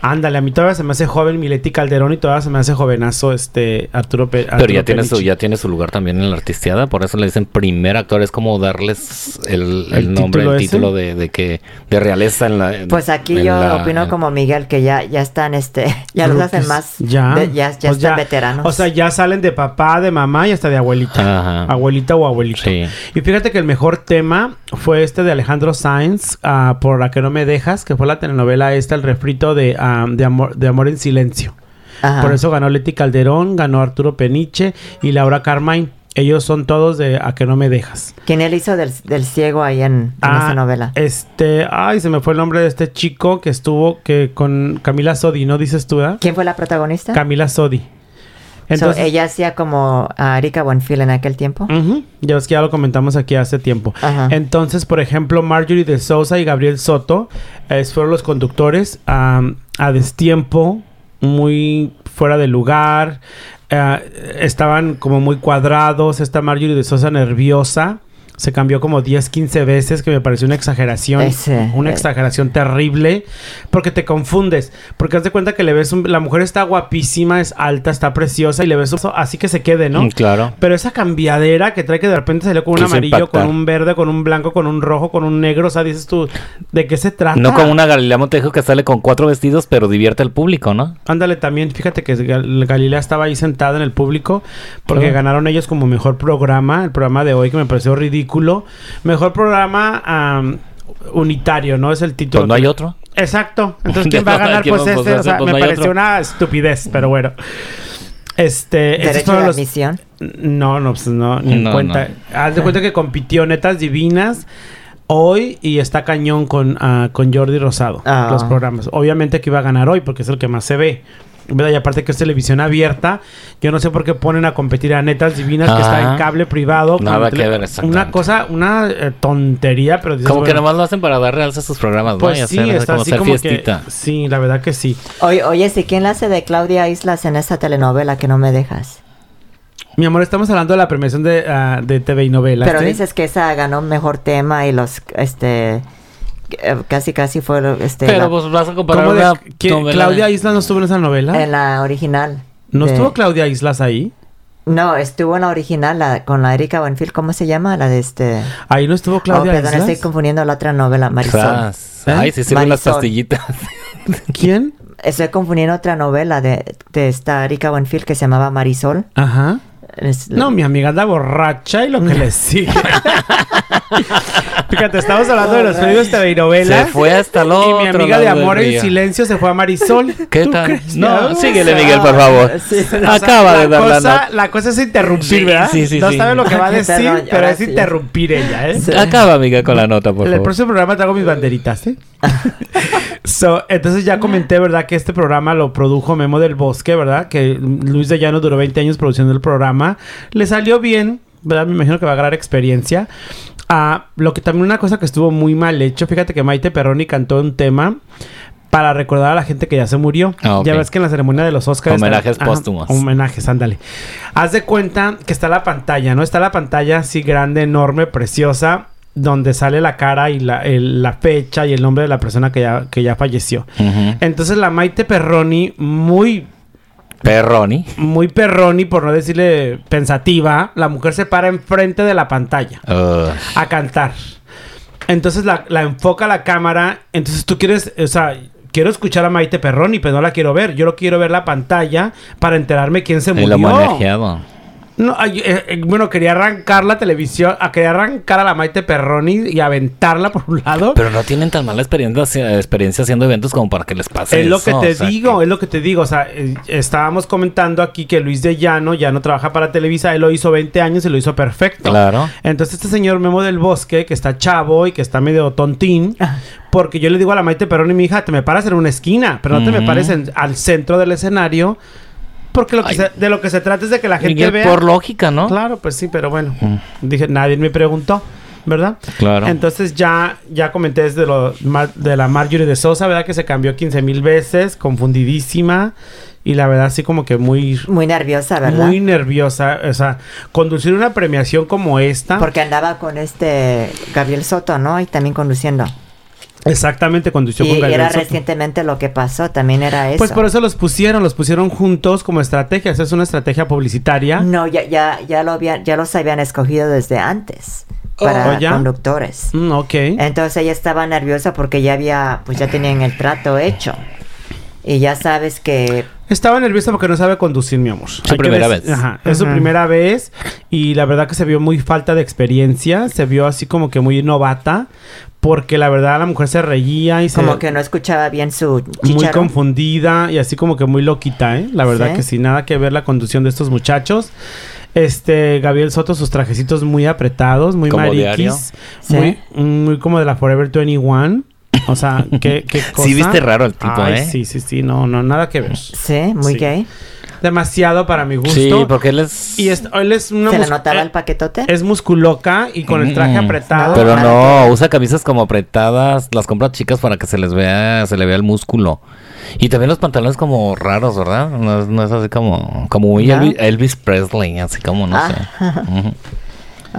Speaker 3: Ándale, a mí todavía se me hace joven Mileti Calderón y todavía se me hace jovenazo este Arturo, Pe-
Speaker 4: Pero
Speaker 3: Arturo
Speaker 4: ya tiene, su,
Speaker 3: Peniche.
Speaker 4: ya tiene su lugar también en la artisteada, por eso le dicen primer actor, es como darles el, el
Speaker 3: ¿El
Speaker 4: nombre,
Speaker 3: título
Speaker 4: el
Speaker 3: ese?
Speaker 4: título de, de que de realeza en la... en-
Speaker 2: Pues aquí
Speaker 4: en
Speaker 2: yo
Speaker 4: la-
Speaker 2: opino
Speaker 4: en-
Speaker 2: como Miguel, que ya, ya están, este, ya los hacen
Speaker 3: Rookies.
Speaker 2: más,
Speaker 3: Ya.
Speaker 2: de- ya, ya
Speaker 3: Pues
Speaker 2: están veteranos.
Speaker 3: O sea, ya salen de papá, de mamá y hasta de abuelita.
Speaker 4: Ajá.
Speaker 3: Abuelita o abuelito.
Speaker 4: Sí.
Speaker 3: Y fíjate que el mejor tema fue este de Alejandro Sáenz, ah, por la que no me dejas, que fue la telenovela esta, el refrito de, ah, de, amor, de Amor en Silencio.
Speaker 2: Ajá.
Speaker 3: Por eso ganó Leti Calderón, ganó Arturo Peniche y Laura Carmine. Ellos son todos de A que no me dejas.
Speaker 2: ¿Quién él hizo del, del ciego ahí en, en
Speaker 3: Ah,
Speaker 2: esa novela?
Speaker 3: Este, ay, se me fue el nombre de este chico que estuvo que con Camila Sodi, ¿no dices tú, verdad?
Speaker 2: ¿Quién fue la protagonista?
Speaker 3: Camila Sodi.
Speaker 2: So, ella hacía como a Erika Buenfil en aquel tiempo.
Speaker 3: Ujú. Ya es que ya lo comentamos aquí hace tiempo.
Speaker 2: Ajá.
Speaker 3: Entonces, por ejemplo, Marjorie de Sousa y Gabriel Soto eh, fueron los conductores am, a destiempo, muy fuera de lugar. eh, estaban como muy cuadrados. Esta Marjorie de Sousa nerviosa. se cambió como 10, 15 veces, que me pareció una exageración.
Speaker 2: Ese,
Speaker 3: una
Speaker 2: eh.
Speaker 3: exageración terrible, porque te confundes. Porque haz de cuenta que le ves, un- la mujer está guapísima, es alta, está preciosa, y le ves un- así que se quede, ¿no?
Speaker 4: Mm, Claro.
Speaker 3: Pero esa cambiadera que trae que de repente salió con un
Speaker 4: Quiso
Speaker 3: amarillo,
Speaker 4: impactar.
Speaker 3: con un verde, con un blanco, con un rojo, con un negro, o sea, dices tú, ¿de qué se trata?
Speaker 4: No con una Galilea Montejo que sale con cuatro vestidos, pero divierte al público, ¿no?
Speaker 3: Ándale también, fíjate que Gal- Galilea estaba ahí sentada en el público porque
Speaker 4: Claro.
Speaker 3: ganaron ellos como mejor programa, el programa de hoy que me pareció ridículo. Mejor programa am, unitario, ¿no? Es el título.
Speaker 4: Pues no hay otro.
Speaker 3: Exacto. Entonces, ¿quién va a ganar?
Speaker 4: ¿Quién
Speaker 3: Pues
Speaker 4: va a
Speaker 3: este, o
Speaker 4: pasar?
Speaker 3: sea,
Speaker 4: Pues
Speaker 3: me
Speaker 4: no hay
Speaker 3: pareció
Speaker 4: otro.
Speaker 3: una estupidez, pero bueno. Este, esos
Speaker 2: Derecho
Speaker 3: fueron
Speaker 2: de
Speaker 3: los-
Speaker 2: admisión.
Speaker 3: No, no, pues no, ni
Speaker 4: No,
Speaker 3: en cuenta. Haz de cuenta que compitió Netas Divinas hoy y está cañón con, ah, con Jordi Rosado.
Speaker 2: Ah.
Speaker 3: Los programas. Obviamente que iba a ganar hoy porque es el que más se ve. ¿Verdad? Y aparte que es televisión abierta, yo no sé por qué ponen a competir a Netas Divinas que está
Speaker 4: Ah.
Speaker 3: en cable privado. con
Speaker 4: Nada
Speaker 3: tele-
Speaker 4: que ver, exactamente.
Speaker 3: Una cosa, una eh, tontería, pero dices,
Speaker 4: Como que
Speaker 3: bueno,
Speaker 4: nomás lo hacen para darle alza a sus programas, ¿no?
Speaker 3: Pues
Speaker 4: Y
Speaker 3: sí,
Speaker 4: hacer,
Speaker 3: está
Speaker 4: como
Speaker 3: así
Speaker 4: hacer
Speaker 3: como
Speaker 4: fiestita.
Speaker 3: que... este, Sí, la verdad que sí.
Speaker 2: Oye, oye, si ¿quién la hace de Claudia Islas en esa telenovela que no me dejas?
Speaker 3: Mi amor, estamos hablando de la premiación de, ah, de TV y novelas.
Speaker 2: Pero
Speaker 3: ¿eh?
Speaker 2: dices que esa ganó mejor tema y los, este, eh, casi casi fue, lo- este, la-
Speaker 4: Pero pues vas a comparar
Speaker 3: ¿Cómo de-
Speaker 4: una
Speaker 3: que-
Speaker 4: novela
Speaker 3: ¿Claudia
Speaker 4: de-
Speaker 3: Islas no estuvo en esa novela?
Speaker 2: en la original.
Speaker 3: ¿No
Speaker 2: de-
Speaker 3: estuvo Claudia Islas ahí?
Speaker 2: No, estuvo en la original la, con la Erika Buenfield, ¿cómo se llama? La de este...
Speaker 3: Ahí no estuvo Claudia
Speaker 2: oh, perdón,
Speaker 3: Islas.
Speaker 2: estoy confundiendo la otra novela, Marisol.
Speaker 4: Tras.
Speaker 3: ¿Eh?
Speaker 4: Ay, sí sirven las
Speaker 2: Marisol.
Speaker 4: pastillitas.
Speaker 3: ¿Quién?
Speaker 2: Estoy confundiendo otra novela de, de esta Erika Buenfield que se llamaba Marisol.
Speaker 3: Ajá.
Speaker 2: Es-
Speaker 3: No, mi amiga anda borracha y lo que le sigue. Fíjate, estamos hablando de los premios TV y
Speaker 4: Se
Speaker 3: novelas.
Speaker 4: fue hasta el
Speaker 3: y
Speaker 4: otro
Speaker 3: mi amiga de
Speaker 4: lado del
Speaker 3: amor en
Speaker 4: río.
Speaker 3: silencio se fue a Marisol.
Speaker 4: ¿Qué
Speaker 3: ¿Tú
Speaker 4: tal?
Speaker 3: crees?
Speaker 4: No,
Speaker 3: Ya,
Speaker 4: síguele,
Speaker 3: o sea,
Speaker 4: Miguel, por favor.
Speaker 2: Ah, Sí, o sea,
Speaker 4: Acaba de dar la
Speaker 3: cosa,
Speaker 4: nota.
Speaker 3: la cosa es interrumpir,
Speaker 4: Sí,
Speaker 3: ¿verdad?
Speaker 4: sí, sí,
Speaker 3: no
Speaker 4: sí.
Speaker 3: sabe lo que va a decir,
Speaker 2: Perdón,
Speaker 3: pero
Speaker 2: ahora
Speaker 3: es
Speaker 2: sí.
Speaker 3: interrumpir ella, ¿eh?
Speaker 2: Sí.
Speaker 4: Acaba, amiga, con la nota, por
Speaker 3: En el
Speaker 4: favor.
Speaker 3: próximo programa traigo mis banderitas, ¿eh? So, entonces ya comenté, ¿verdad? Que este programa lo produjo Memo del Bosque, ¿verdad? Que Luis de Llano duró 20 años produciendo el programa. Le salió bien, ¿verdad? Me imagino que va a agarrar experiencia. Ah, lo que también una cosa que estuvo muy mal hecho, fíjate que Maite Perroni cantó un tema para recordar a la gente que ya se murió.
Speaker 4: Ah, ok.
Speaker 3: Ya ves que en la ceremonia de los Oscars...
Speaker 4: Homenajes
Speaker 3: Ajá,
Speaker 4: póstumos.
Speaker 3: homenajes, ándale. Haz de cuenta que está la pantalla, ¿no? Está la pantalla así grande, enorme, preciosa, donde sale la cara y la, el- la fecha y el nombre de la persona que ya, que ya falleció.
Speaker 4: Ujú.
Speaker 3: Entonces la Maite Perroni, muy,
Speaker 4: Perroni.
Speaker 3: muy Perroni, por no decirle pensativa, la mujer se para enfrente de la pantalla
Speaker 4: Ugh.
Speaker 3: a cantar. Entonces la, la enfoca la cámara. Entonces tú quieres, o sea, quiero escuchar a Maite Perroni, pero no la quiero ver. Yo lo quiero ver la pantalla para enterarme quién se
Speaker 4: Y lo
Speaker 3: murió.
Speaker 4: manejado.
Speaker 3: No, ay, eh, eh, bueno, quería arrancar la televisión, a quería arrancar a la Maite Perroni y aventarla por un lado.
Speaker 4: Pero no tienen tan mala experiencia, experiencia haciendo eventos como para que les pase
Speaker 3: es lo
Speaker 4: eso,
Speaker 3: que te
Speaker 4: o sea,
Speaker 3: digo,
Speaker 4: que-
Speaker 3: es lo que te digo. O sea, eh, estábamos comentando aquí que Luis de Llano ya no trabaja para Televisa, él lo hizo 20 años y lo hizo perfecto.
Speaker 4: Claro.
Speaker 3: Entonces este señor Memo del Bosque, que está chavo y que está medio tontín, porque yo le digo a la Maite Perroni, mi hija, te me paras en una esquina, pero no te me
Speaker 4: Ujú.
Speaker 3: pares en- al centro del escenario, porque lo que
Speaker 4: Ay.
Speaker 3: se- de lo que se trata es de que la gente
Speaker 4: Miguel,
Speaker 3: vea...
Speaker 4: por lógica, ¿no?
Speaker 3: Claro, pues sí, pero bueno. Dije, nadie me preguntó, ¿verdad?
Speaker 4: Claro.
Speaker 3: Entonces ya, ya comenté desde lo, mar- de la Marjorie de Sosa, ¿verdad? Que se cambió 15 mil veces, confundidísima. Y la verdad, así como que muy,
Speaker 2: Muy nerviosa, ¿verdad?
Speaker 3: muy nerviosa. O sea, conducir una premiación como esta.
Speaker 2: Porque andaba con este Gabriel Soto, ¿no? Y también conduciendo.
Speaker 3: exactamente, condució
Speaker 2: y
Speaker 3: con Gabriel
Speaker 2: era
Speaker 3: Soto.
Speaker 2: recientemente lo que pasó, también era eso.
Speaker 3: Pues por eso los pusieron, los pusieron juntos como estrategia. Esa es una estrategia publicitaria.
Speaker 2: No, ya, ya, ya, lo habían, ya los habían escogido desde antes para
Speaker 3: Oh, ¿ya?
Speaker 2: conductores.
Speaker 3: Mm, ok.
Speaker 2: Entonces ella estaba nerviosa porque ya había, pues ya tenían el trato hecho. Y ya sabes que
Speaker 3: Estaba nerviosa porque no sabe conducir, mi amor. Hay que
Speaker 4: primera
Speaker 3: dec-
Speaker 4: vez.
Speaker 3: Ajá, es su
Speaker 2: Ajá.
Speaker 3: primera vez y la verdad que se vio muy falta de experiencia, se vio así como que muy novata, porque la verdad la mujer se reía y se
Speaker 2: como que no escuchaba bien su
Speaker 3: muy
Speaker 2: chicharro.
Speaker 3: confundida y así como que muy loquita, ¿eh? La verdad
Speaker 2: Sí.
Speaker 3: que sí, nada que ver la conducción de estos muchachos. Este, Gabriel Soto, sus trajecitos muy apretados, muy
Speaker 4: Como diario.
Speaker 3: mariquis,
Speaker 2: Sí.
Speaker 3: muy, muy como de la Forever 21. O sea, qué, qué cosa.
Speaker 4: Sí viste raro al tipo,
Speaker 3: Ay,
Speaker 4: ¿eh?
Speaker 3: Sí, sí, sí, no, no, nada que ver
Speaker 2: Sí, muy
Speaker 3: Sí.
Speaker 2: gay.
Speaker 3: demasiado para mi gusto.
Speaker 4: Sí, porque él es...
Speaker 3: Y es, él es una
Speaker 2: ¿Se le
Speaker 3: mus-
Speaker 2: notaba
Speaker 3: eh,
Speaker 2: el paquetote?
Speaker 3: Es musculoca y con el traje
Speaker 4: Mm.
Speaker 3: apretado.
Speaker 4: Pero
Speaker 2: Ah,
Speaker 4: no, usa camisas como apretadas, las compra chicas para que se les vea, se le vea el músculo. Y también los pantalones como raros, ¿verdad? No es, no es así como, como muy
Speaker 2: Ya.
Speaker 4: Elvis, Elvis Presley, así como no
Speaker 2: Ah.
Speaker 4: sé. Ujú.
Speaker 3: eh,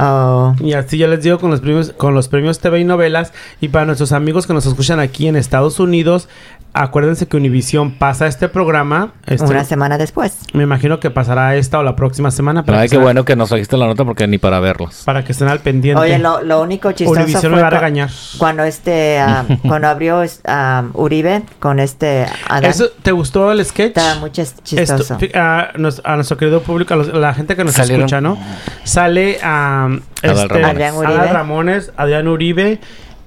Speaker 2: Oh.
Speaker 3: Y así ya les digo con los premios, con los premios TV y novelas. Y para nuestros amigos que nos escuchan aquí en Estados Unidos, acuérdense que Univision pasa este programa. este-
Speaker 2: Una semana después.
Speaker 3: me imagino que pasará esta o la próxima semana. Para,
Speaker 4: Ay,
Speaker 3: que,
Speaker 4: qué
Speaker 3: estén-
Speaker 4: bueno que nos trajiste la nota porque ni para verlos.
Speaker 3: para que estén al pendiente.
Speaker 2: Oye, lo, lo único chistoso
Speaker 3: Univision
Speaker 2: fue
Speaker 3: me va a
Speaker 2: cu-
Speaker 3: regañar.
Speaker 2: cuando este, ah, cuando abrió es- ah, Uribe con este Adán.
Speaker 3: ¿Eso- ¿Te gustó el sketch?
Speaker 2: Estaba muy chis-
Speaker 3: Esto-
Speaker 2: chistoso.
Speaker 3: fi- a, nos- a nuestro querido público, a los- la gente que nos
Speaker 4: Salieron-
Speaker 3: escucha, ¿no? Sale am,
Speaker 4: Adal
Speaker 3: este,
Speaker 4: Ramones.
Speaker 2: Adrián
Speaker 3: Adal
Speaker 2: Uribe.
Speaker 3: Ramones, Adrián Uribe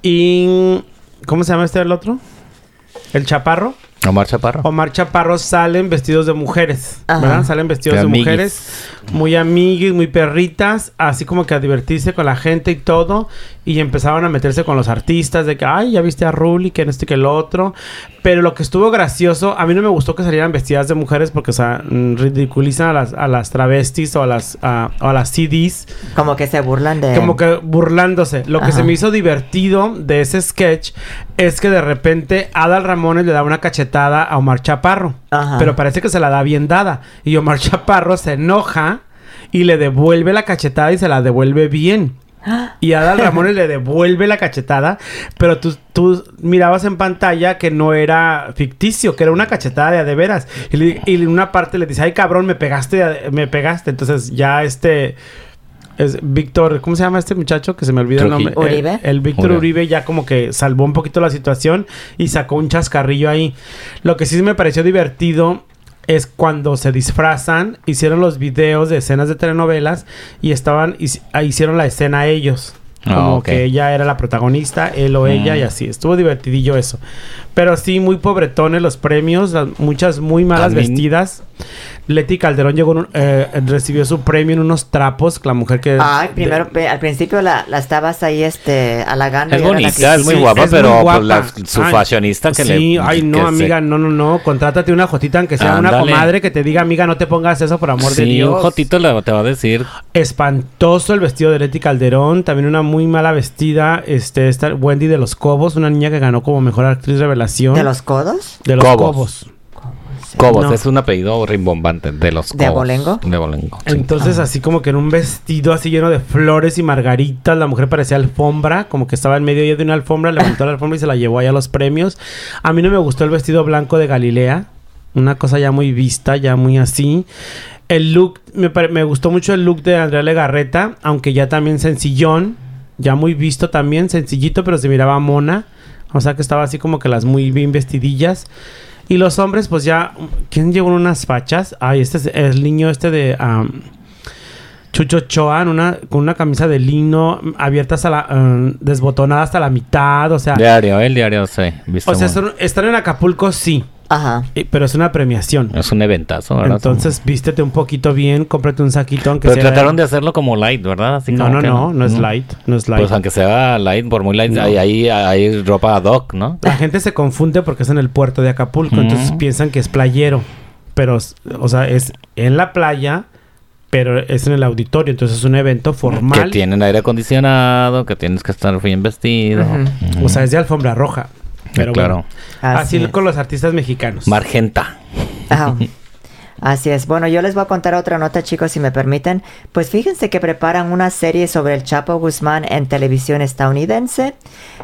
Speaker 3: y... ¿Cómo se llama este el otro? El Chaparro.
Speaker 4: Omar Chaparro.
Speaker 3: Omar Chaparro salen vestidos de mujeres,
Speaker 2: Ajá.
Speaker 3: ¿verdad? Salen vestidos de,
Speaker 4: De amiguis.
Speaker 3: mujeres, muy amiguis, muy perritas, así como que a divertirse con la gente y todo, y empezaron a meterse con los artistas de que, ay, ya viste a Ruli, que en esto y que el otro, pero lo que estuvo gracioso, a mí no me gustó que salieran vestidas de mujeres porque, o sea, mm, ridiculizan a las, a las travestis o a las, a, o a las CDs,
Speaker 2: Como que se burlan de...
Speaker 3: como que burlándose. Lo que
Speaker 2: Ajá.
Speaker 3: se me hizo divertido de ese sketch es que de repente Adal Ramones le da una cachetada a Omar Chaparro.
Speaker 2: Ajá.
Speaker 3: Pero parece que se la da bien dada. Y Omar Chaparro se enoja y le devuelve la cachetada y se la devuelve bien.
Speaker 2: ¡Ah!
Speaker 3: Y Adal Ramones le devuelve la cachetada, pero tú, tú mirabas en pantalla que no era ficticio, que era una cachetada de a de veras. Y, le- y en una parte le dice, ay cabrón, me pegaste, de a de- me pegaste. Entonces ya este... Es Víctor, ¿cómo se llama este muchacho? Que se me olvida el
Speaker 4: Trujillo.
Speaker 3: nombre. El-
Speaker 2: Uribe.
Speaker 3: El, Víctor
Speaker 4: Uribe.
Speaker 3: Uribe ya como que salvó un poquito la situación y sacó un chascarrillo ahí. Lo que sí me pareció divertido es cuando se disfrazan, hicieron los videos de escenas de telenovelas y estaban, hic- ah, hicieron la escena ellos.
Speaker 4: Ah,
Speaker 3: Como
Speaker 4: ok.
Speaker 3: que ella era la protagonista, él o ella,
Speaker 4: Mm.
Speaker 3: y así. Estuvo divertidillo eso. Pero sí, muy pobretones los premios, las- muchas muy malas
Speaker 4: A mí-
Speaker 3: vestidas. Leti Calderón llegó en un- eh, recibió su premio en unos trapos, que la mujer que...
Speaker 2: Ay,
Speaker 3: de-
Speaker 2: primero, pe- al principio la, la estabas ahí, este, halagando.
Speaker 4: Es
Speaker 2: y ahora la
Speaker 4: bonita, es muy
Speaker 2: criticas.
Speaker 3: Sí,
Speaker 4: guapa,
Speaker 3: es
Speaker 4: pero
Speaker 3: muy
Speaker 4: pues, la-
Speaker 3: guapa.
Speaker 4: su
Speaker 3: Ay,
Speaker 4: fashionista que le.
Speaker 3: Sí, ay, no,
Speaker 4: que se-
Speaker 3: amiga, no, no, no. Contrátate una jotita, aunque sea una
Speaker 4: Ándale.
Speaker 3: comadre que te diga, amiga, no te pongas eso, por amor de
Speaker 4: Sí,
Speaker 3: Dios.
Speaker 4: un jotito le- te va a decir.
Speaker 3: Espantoso el vestido de Leti Calderón. También una muy mala vestida. Este, esta Wendy de los Cobos, una niña que ganó como mejor actriz revelación.
Speaker 2: ¿De los codos?
Speaker 3: De los Cobos.
Speaker 4: Cobos. Cobos,
Speaker 3: No.
Speaker 4: es un apellido rimbombante de los
Speaker 2: ¿De
Speaker 4: Cobos.
Speaker 2: abolengo?
Speaker 4: De abolengo. sí.
Speaker 3: Entonces, así como que en un vestido así lleno de flores y margaritas, la mujer parecía alfombra, como que estaba en medio ya de una alfombra, levantó la alfombra y se la llevó allá a los premios. A mí no me gustó el vestido blanco de Galilea, una cosa ya muy vista, ya muy así. El look, me, pare- me gustó mucho el look de Andrea Legarreta, aunque ya también sencillón, ya muy visto también, sencillito, pero se miraba mona. O sea que estaba así como que las muy bien vestidillas. Y los hombres, pues ya, ¿quién llevó unas fachas? Ay, este es el niño este de am, Chucho Choan, una, con una camisa de lino mm, abierta hasta la, mm, desbotonada hasta la mitad, o sea,
Speaker 4: Diario, el diario, sí. viste
Speaker 3: o sea,
Speaker 4: muy-
Speaker 3: son- están en Acapulco, sí,
Speaker 2: Ajá.
Speaker 3: eh, pero es una premiación.
Speaker 4: es un eventazo, ¿verdad?
Speaker 3: Entonces, vístete un poquito bien, cómprate un saquito, aunque
Speaker 4: Pero
Speaker 3: sea...
Speaker 4: trataron de hacerlo como light, ¿verdad? Así
Speaker 3: No,
Speaker 4: como
Speaker 3: no,
Speaker 4: que
Speaker 3: no, no es light, no es light.
Speaker 4: Pues aunque sea light, por muy light,
Speaker 3: No.
Speaker 4: hay, hay, hay ropa ad hoc, ¿no?
Speaker 3: La gente se confunde porque es en el puerto de Acapulco, entonces
Speaker 4: Mm.
Speaker 3: piensan que es playero, pero, s- o sea, es en la playa, pero es en el auditorio, entonces es un evento
Speaker 4: Que
Speaker 3: formal.
Speaker 4: tienen aire acondicionado, que tienes que estar bien vestido.
Speaker 2: Ujú.
Speaker 4: Ujú.
Speaker 3: O sea, es de alfombra roja. Pero
Speaker 4: claro.
Speaker 3: bueno,
Speaker 2: Así
Speaker 3: así,
Speaker 2: es.
Speaker 3: con los artistas mexicanos.
Speaker 4: Margenta.
Speaker 2: Ajá. Así es. Bueno, yo les voy a contar otra nota, chicos, si me permiten. Pues fíjense que preparan una serie sobre el Chapo Guzmán en televisión estadounidense.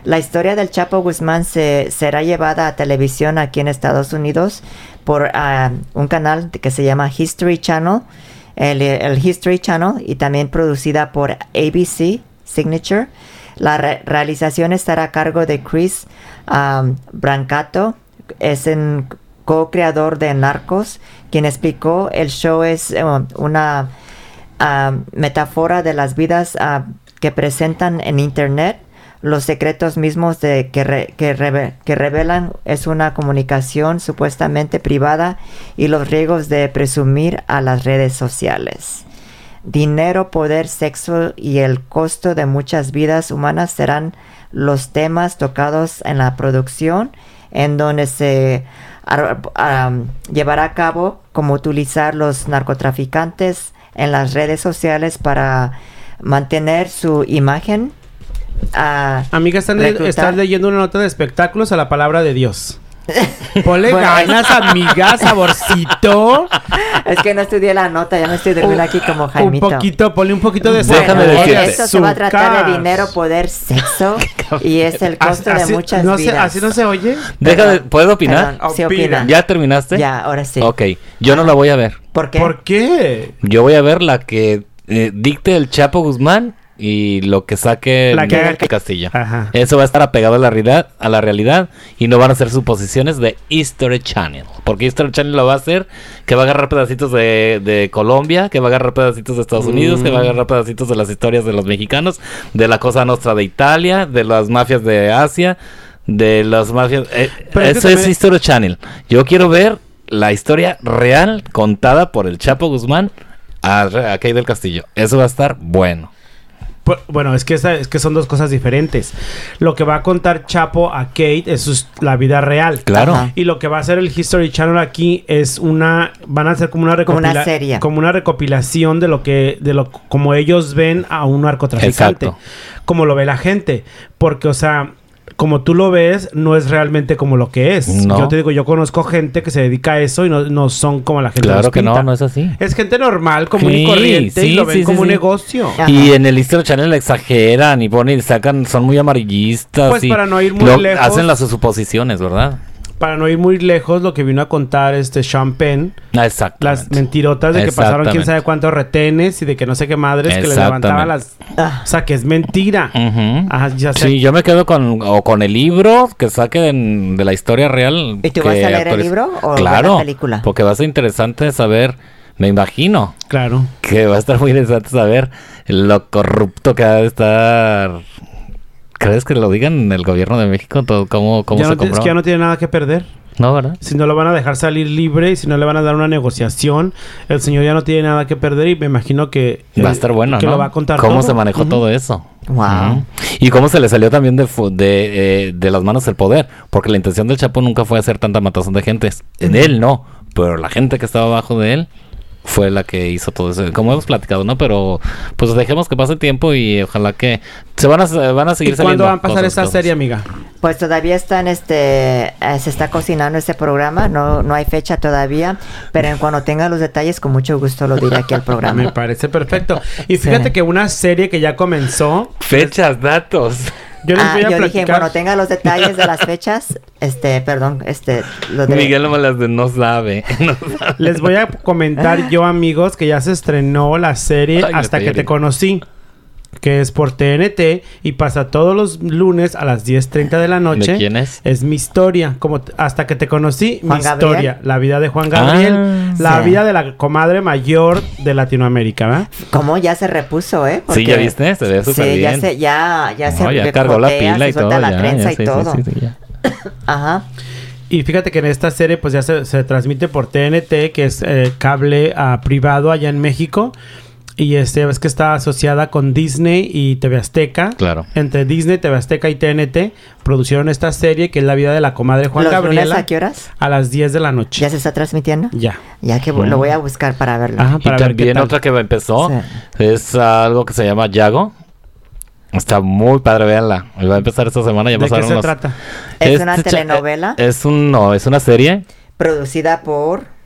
Speaker 2: La historia del Chapo Guzmán se, será llevada a televisión aquí en Estados Unidos por ah, un canal que se llama History Channel, el, el History Channel, y también producida por ABC Signature. La re- realización estará a cargo de Chris um, Brancato, es en co-creador de Narcos, quien explicó el show es eh, una ah, metáfora de las vidas ah, que presentan en internet, los secretos mismos de que, re- que, reve- que revelan es una comunicación supuestamente privada y los riesgos de presumir a las redes sociales. Dinero, poder, sexo y el costo de muchas vidas humanas serán los temas tocados en la producción, en donde se ar- am, llevará a cabo cómo utilizar los narcotraficantes en las redes sociales para mantener su imagen. ah,
Speaker 3: Amiga, están,
Speaker 2: reclutar-
Speaker 3: estás leyendo una nota de espectáculos a la palabra de Dios. Ponle
Speaker 2: Bueno,
Speaker 3: ganas, amiga, saborcito.
Speaker 2: Es que no estudié la nota, ya me estoy durmiendo aquí como Jaimito.
Speaker 3: Un poquito, ponle un poquito de
Speaker 2: Bueno,
Speaker 4: Déjame decirte.
Speaker 2: Esto se va a tratar de
Speaker 3: azúcar.
Speaker 2: dinero, poder, sexo y es el costo
Speaker 3: Así-
Speaker 2: de muchas
Speaker 3: no se-
Speaker 2: vidas.
Speaker 3: ¿Así no se oye?
Speaker 4: Deja de,
Speaker 2: Perdón,
Speaker 4: ¿Puedo opinar?
Speaker 2: Perdón, sí
Speaker 3: Opina.
Speaker 2: opina.
Speaker 4: ¿Ya terminaste?
Speaker 2: Ya, ahora sí.
Speaker 4: Ok, yo no la voy a ver.
Speaker 2: ¿Por qué?
Speaker 3: ¿Por qué?
Speaker 4: Yo voy a ver la que eh, dicte el Chapo Guzmán y lo que saque
Speaker 3: La que Ah,
Speaker 4: Miguel
Speaker 3: haga-
Speaker 4: Castillo.
Speaker 3: Ajá.
Speaker 4: Eso va a estar apegado a la realidad, a la realidad y no van a ser suposiciones de History Channel, porque History Channel lo va a hacer que va a agarrar pedacitos de, de Colombia, que va a agarrar pedacitos de Estados Unidos,
Speaker 3: Mm.
Speaker 4: que va a agarrar pedacitos de las historias de los mexicanos, de la cosa nostra de Italia, de las mafias de Asia, de las mafias. eh,
Speaker 3: Pero es que
Speaker 4: eso es
Speaker 3: también-
Speaker 4: History Channel. Yo quiero ver la historia real contada por el Chapo Guzmán a, a Kay del Castillo. Eso va a estar bueno.
Speaker 3: Por- Bueno, es que, esa- es que son dos cosas diferentes. Lo que va a contar Chapo a Kate es sus- la vida real.
Speaker 4: Claro.
Speaker 2: Ajá.
Speaker 3: Y lo que va a hacer el History Channel aquí es una van a hacer como una
Speaker 2: Como una
Speaker 3: recopila-
Speaker 2: serie.
Speaker 3: como una recopilación de lo que de lo como ellos ven a un narcotraficante,
Speaker 4: Exacto.
Speaker 3: como lo ve la gente, porque o sea, como tú lo ves, no es realmente como lo que es.
Speaker 4: No.
Speaker 3: Yo te digo, yo conozco gente que se dedica a eso y no, no son como la gente
Speaker 4: Claro
Speaker 3: los
Speaker 4: que no,
Speaker 3: pinta.
Speaker 4: no es así.
Speaker 3: Es gente normal, común
Speaker 4: Sí,
Speaker 3: y corriente
Speaker 4: sí,
Speaker 3: y lo ven
Speaker 4: sí, sí,
Speaker 3: como un
Speaker 4: sí.
Speaker 3: negocio.
Speaker 2: Ajá.
Speaker 4: Y en el History Channel exageran y ponen, y sacan, son muy amarillistas.
Speaker 3: Pues
Speaker 4: y
Speaker 3: para no ir muy lejos.
Speaker 4: Hacen las suposiciones, ¿verdad?
Speaker 3: Para no ir muy lejos, lo que vino a contar este Sean Penn,
Speaker 4: Ah, Exacto.
Speaker 3: las mentirotas de que pasaron quién
Speaker 4: Exactamente.
Speaker 3: sabe cuántos retenes y de que no sé qué madres que le levantaban las...
Speaker 2: Ah.
Speaker 3: O sea, que es mentira.
Speaker 4: Ujú.
Speaker 3: Ajá, ya sé.
Speaker 4: Mm. Sí, yo me quedo con, o con el libro que saquen de la historia real.
Speaker 2: ¿Y tú
Speaker 4: que
Speaker 2: vas a leer el
Speaker 4: actores-
Speaker 2: libro o ver
Speaker 4: claro,
Speaker 2: la película?
Speaker 4: Porque va a ser interesante saber, me imagino,
Speaker 3: Claro.
Speaker 4: que va a estar muy interesante saber lo corrupto que va a estar. ¿Crees que lo digan en el gobierno de México? Todo, ¿Cómo, cómo
Speaker 3: Ya
Speaker 4: se
Speaker 3: no ti- es
Speaker 4: compró?
Speaker 3: que ya no tiene nada que perder.
Speaker 4: no, ¿verdad?
Speaker 3: Si no lo van a dejar salir libre, si no le van a dar una negociación, el señor ya no tiene nada que perder y me imagino que...
Speaker 4: Va a
Speaker 3: eh,
Speaker 4: estar bueno,
Speaker 3: que
Speaker 4: ¿no?
Speaker 3: lo va a contar
Speaker 4: ¿Cómo
Speaker 3: todo.
Speaker 4: se manejó
Speaker 3: Ujú.
Speaker 4: todo eso?
Speaker 2: Wow.
Speaker 4: Ujú. Y cómo se le salió también de, fu- de, eh, de las manos el poder. Porque la intención del Chapo nunca fue hacer tanta matazón de gentes. En él no. Pero la gente que estaba abajo de él fue la que hizo todo eso. Como hemos platicado, ¿no? Pero pues dejemos que pase el tiempo y ojalá que... Se van a, se van a
Speaker 3: ¿Y
Speaker 4: seguir
Speaker 3: cuándo
Speaker 4: saliendo
Speaker 3: va a pasar
Speaker 4: cosas,
Speaker 3: esa
Speaker 4: cosas.
Speaker 3: serie, amiga?
Speaker 2: Pues todavía están, este, eh, se está cocinando este programa, no, no hay fecha todavía, pero en cuando tenga los detalles, con mucho gusto lo diré aquí al
Speaker 3: Me
Speaker 2: programa.
Speaker 3: parece perfecto. Y fíjate
Speaker 2: Sí.
Speaker 3: que una serie que ya comenzó...
Speaker 4: Fechas, datos.
Speaker 3: Yo les
Speaker 2: ah,
Speaker 3: voy a
Speaker 2: yo dije,
Speaker 3: platicar...
Speaker 2: cuando tenga los detalles de las fechas, este, perdón, este, lo diré.
Speaker 4: Miguel no me las de no sabe. No sabe.
Speaker 3: Les voy a comentar yo, amigos, que ya se estrenó la serie
Speaker 4: Ah. Ay, me
Speaker 3: Hasta que
Speaker 4: estoy
Speaker 3: te
Speaker 4: llorando.
Speaker 3: conocí, que es por TNT y pasa todos los lunes a las 10.30 de la noche.
Speaker 4: quién es?
Speaker 3: mi historia, como t- Hasta que te conocí,
Speaker 2: Juan
Speaker 3: mi
Speaker 2: Gabriel.
Speaker 3: historia, la vida de Juan Gabriel,
Speaker 4: Ah,
Speaker 3: la
Speaker 2: sí.
Speaker 3: vida de la comadre mayor de Latinoamérica, ¿verdad?
Speaker 2: ¿Cómo ya se repuso, eh?
Speaker 4: Sí, ya viste, se ve súper
Speaker 2: sí, ya
Speaker 4: bien.
Speaker 2: se, ya, ya se
Speaker 4: No, ya cargó la
Speaker 2: recotea,
Speaker 4: pila
Speaker 2: se
Speaker 4: y
Speaker 2: suelta
Speaker 4: todo.
Speaker 2: la
Speaker 4: ya,
Speaker 2: trenza
Speaker 4: ya,
Speaker 2: y
Speaker 4: sí, sí,
Speaker 2: todo.
Speaker 4: sí, sí, ya.
Speaker 2: Ajá.
Speaker 3: Y fíjate que en esta serie pues ya se, se transmite por TNT, que es eh, cable ah, privado allá en México. Y este, ves que está asociada con Disney y TV Azteca.
Speaker 4: Claro.
Speaker 3: Entre Disney, TV Azteca y TNT produjeron esta serie que es la vida de la comadre Juan
Speaker 2: ¿Los lunes
Speaker 3: Gabriela.
Speaker 2: a qué horas?
Speaker 3: A las 10 de la noche.
Speaker 2: ¿Ya se está transmitiendo?
Speaker 3: Ya.
Speaker 2: Ya que lo voy a buscar para verlo.
Speaker 3: Ajá, Ah, para ver
Speaker 4: y
Speaker 3: qué
Speaker 4: también
Speaker 3: tal.
Speaker 4: otra que me empezó
Speaker 2: Sí.
Speaker 4: es algo que se llama Yago. Está muy padre, véanla. Va a empezar esta semana. Ya
Speaker 3: ¿De qué
Speaker 4: pasaron
Speaker 3: se
Speaker 4: los-
Speaker 3: trata?
Speaker 2: ¿Es una
Speaker 4: cha-
Speaker 2: telenovela?
Speaker 4: eh, Es un, no, es una serie.
Speaker 2: Producida por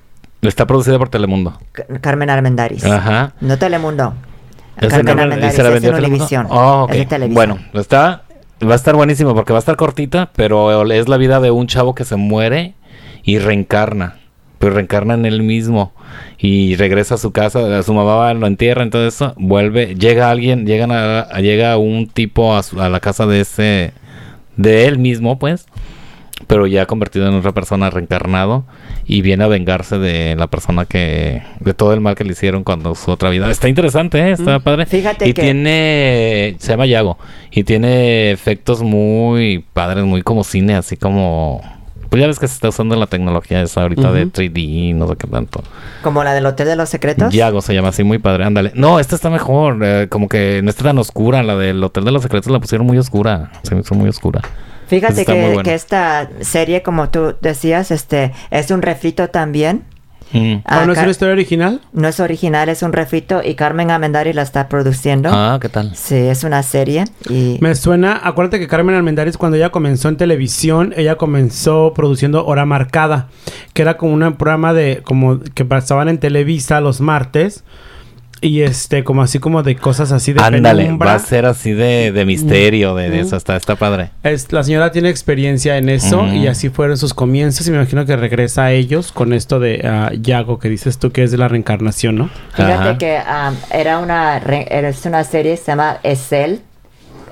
Speaker 4: Está producida por Telemundo.
Speaker 2: Ca- Carmen Armendaris.
Speaker 4: Ajá.
Speaker 2: No Telemundo.
Speaker 4: Es de
Speaker 2: Carmen
Speaker 4: Carmen-
Speaker 2: Armendaris
Speaker 4: ¿y se la
Speaker 2: es
Speaker 4: vendió
Speaker 2: en
Speaker 4: Telemundo?
Speaker 2: Univisión.
Speaker 4: Ah, ok.
Speaker 2: Es de televisión.
Speaker 4: Bueno, está, va a estar buenísimo porque va a estar cortita, pero es la vida de un chavo que se muere y reencarna. Pero reencarna en él mismo y regresa a su casa, a su mamá va, lo entierra, entonces eso, vuelve, llega alguien, llegan a, a- llega un tipo a, su- a la casa de ese, de él mismo, pues, pero ya convertido en otra persona reencarnado y viene a vengarse de la persona que de todo el mal que le hicieron cuando su otra vida. Está interesante, ¿eh? está padre.
Speaker 2: Fíjate
Speaker 4: y
Speaker 2: que-
Speaker 4: tiene se llama Yago y tiene efectos muy padres, muy como cine, así como pues ya ves que se está usando la tecnología esa ahorita de 3D, no sé qué tanto.
Speaker 2: Como la del Hotel de los Secretos.
Speaker 4: Yago se llama así, muy padre, ándale. No, esta está mejor, eh, como que no está tan oscura, la del Hotel de los Secretos la pusieron muy oscura, se me hizo muy oscura.
Speaker 2: Fíjate
Speaker 4: Está
Speaker 2: que,
Speaker 4: muy bueno.
Speaker 2: que esta serie, como tú decías, este, es un refrito también
Speaker 4: Mm.
Speaker 2: Ah,
Speaker 3: ¿O no es
Speaker 2: Car-
Speaker 3: una historia original?
Speaker 2: no es original, es un refrito y Carmen Amendari la está produciendo.
Speaker 4: Ah, ¿qué tal?
Speaker 2: Sí, es una serie y
Speaker 3: Me suena, acuérdate que Carmen Almendares cuando ella comenzó en televisión, ella comenzó produciendo Hora Marcada, que era como un programa de como que pasaban en Televisa los martes y este como así como de cosas así de
Speaker 4: Ándale,
Speaker 3: penumbra.
Speaker 4: va a ser así de, de misterio, de, de
Speaker 2: Mm.
Speaker 4: eso, está, está padre.
Speaker 3: Es- la señora tiene experiencia en eso
Speaker 4: Ujú.
Speaker 3: y así fueron sus comienzos y me imagino que regresa a ellos con esto de ah, Yago que dices tú que es de la reencarnación, ¿no?
Speaker 2: fíjate
Speaker 4: Ajá.
Speaker 2: que am, era una re- era- es una serie se llama Esel,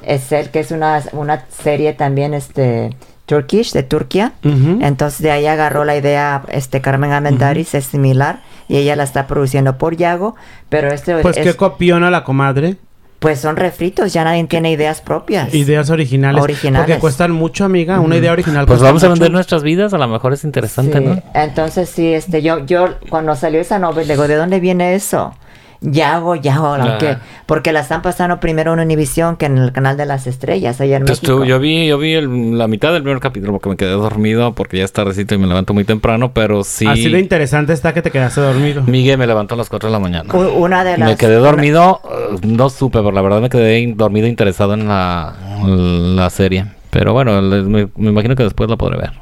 Speaker 2: Esel que es una una serie también este Turkish de Turquía.
Speaker 3: Ujú.
Speaker 2: Entonces de ahí agarró la idea este Carmen Amendaris es similar y ella la está produciendo por Yago, pero este
Speaker 3: Pues
Speaker 2: es-
Speaker 3: que copiona la comadre.
Speaker 2: pues son refritos, ya nadie tiene ideas propias.
Speaker 3: Ideas originales.
Speaker 2: Originales.
Speaker 3: Porque cuestan mucho, amiga. Una idea original.
Speaker 4: Pues
Speaker 3: cuesta
Speaker 4: vamos a
Speaker 3: mucho.
Speaker 4: vender nuestras vidas, a lo mejor es interesante,
Speaker 2: Sí,
Speaker 4: ¿no?
Speaker 2: Entonces sí, este, yo, yo cuando salió esa novela, le digo, ¿de dónde viene eso? Yago, Yago,
Speaker 4: Ajá.
Speaker 2: aunque, porque la están pasando primero en Univisión que en el canal de las estrellas allá en
Speaker 4: Entonces
Speaker 2: México.
Speaker 4: Pues tú, yo vi, yo vi el- la mitad del primer capítulo porque me quedé dormido porque ya es tardecito y me levanto muy temprano, pero sí.
Speaker 3: Así de interesante está que te quedaste dormido.
Speaker 4: Miguel me levantó a las 4 de la mañana.
Speaker 2: U- Una de las
Speaker 4: Me quedé dormido, eh, no supe, pero la verdad me quedé in- dormido interesado en la, la serie. Pero bueno, le- me, me imagino que después la podré ver.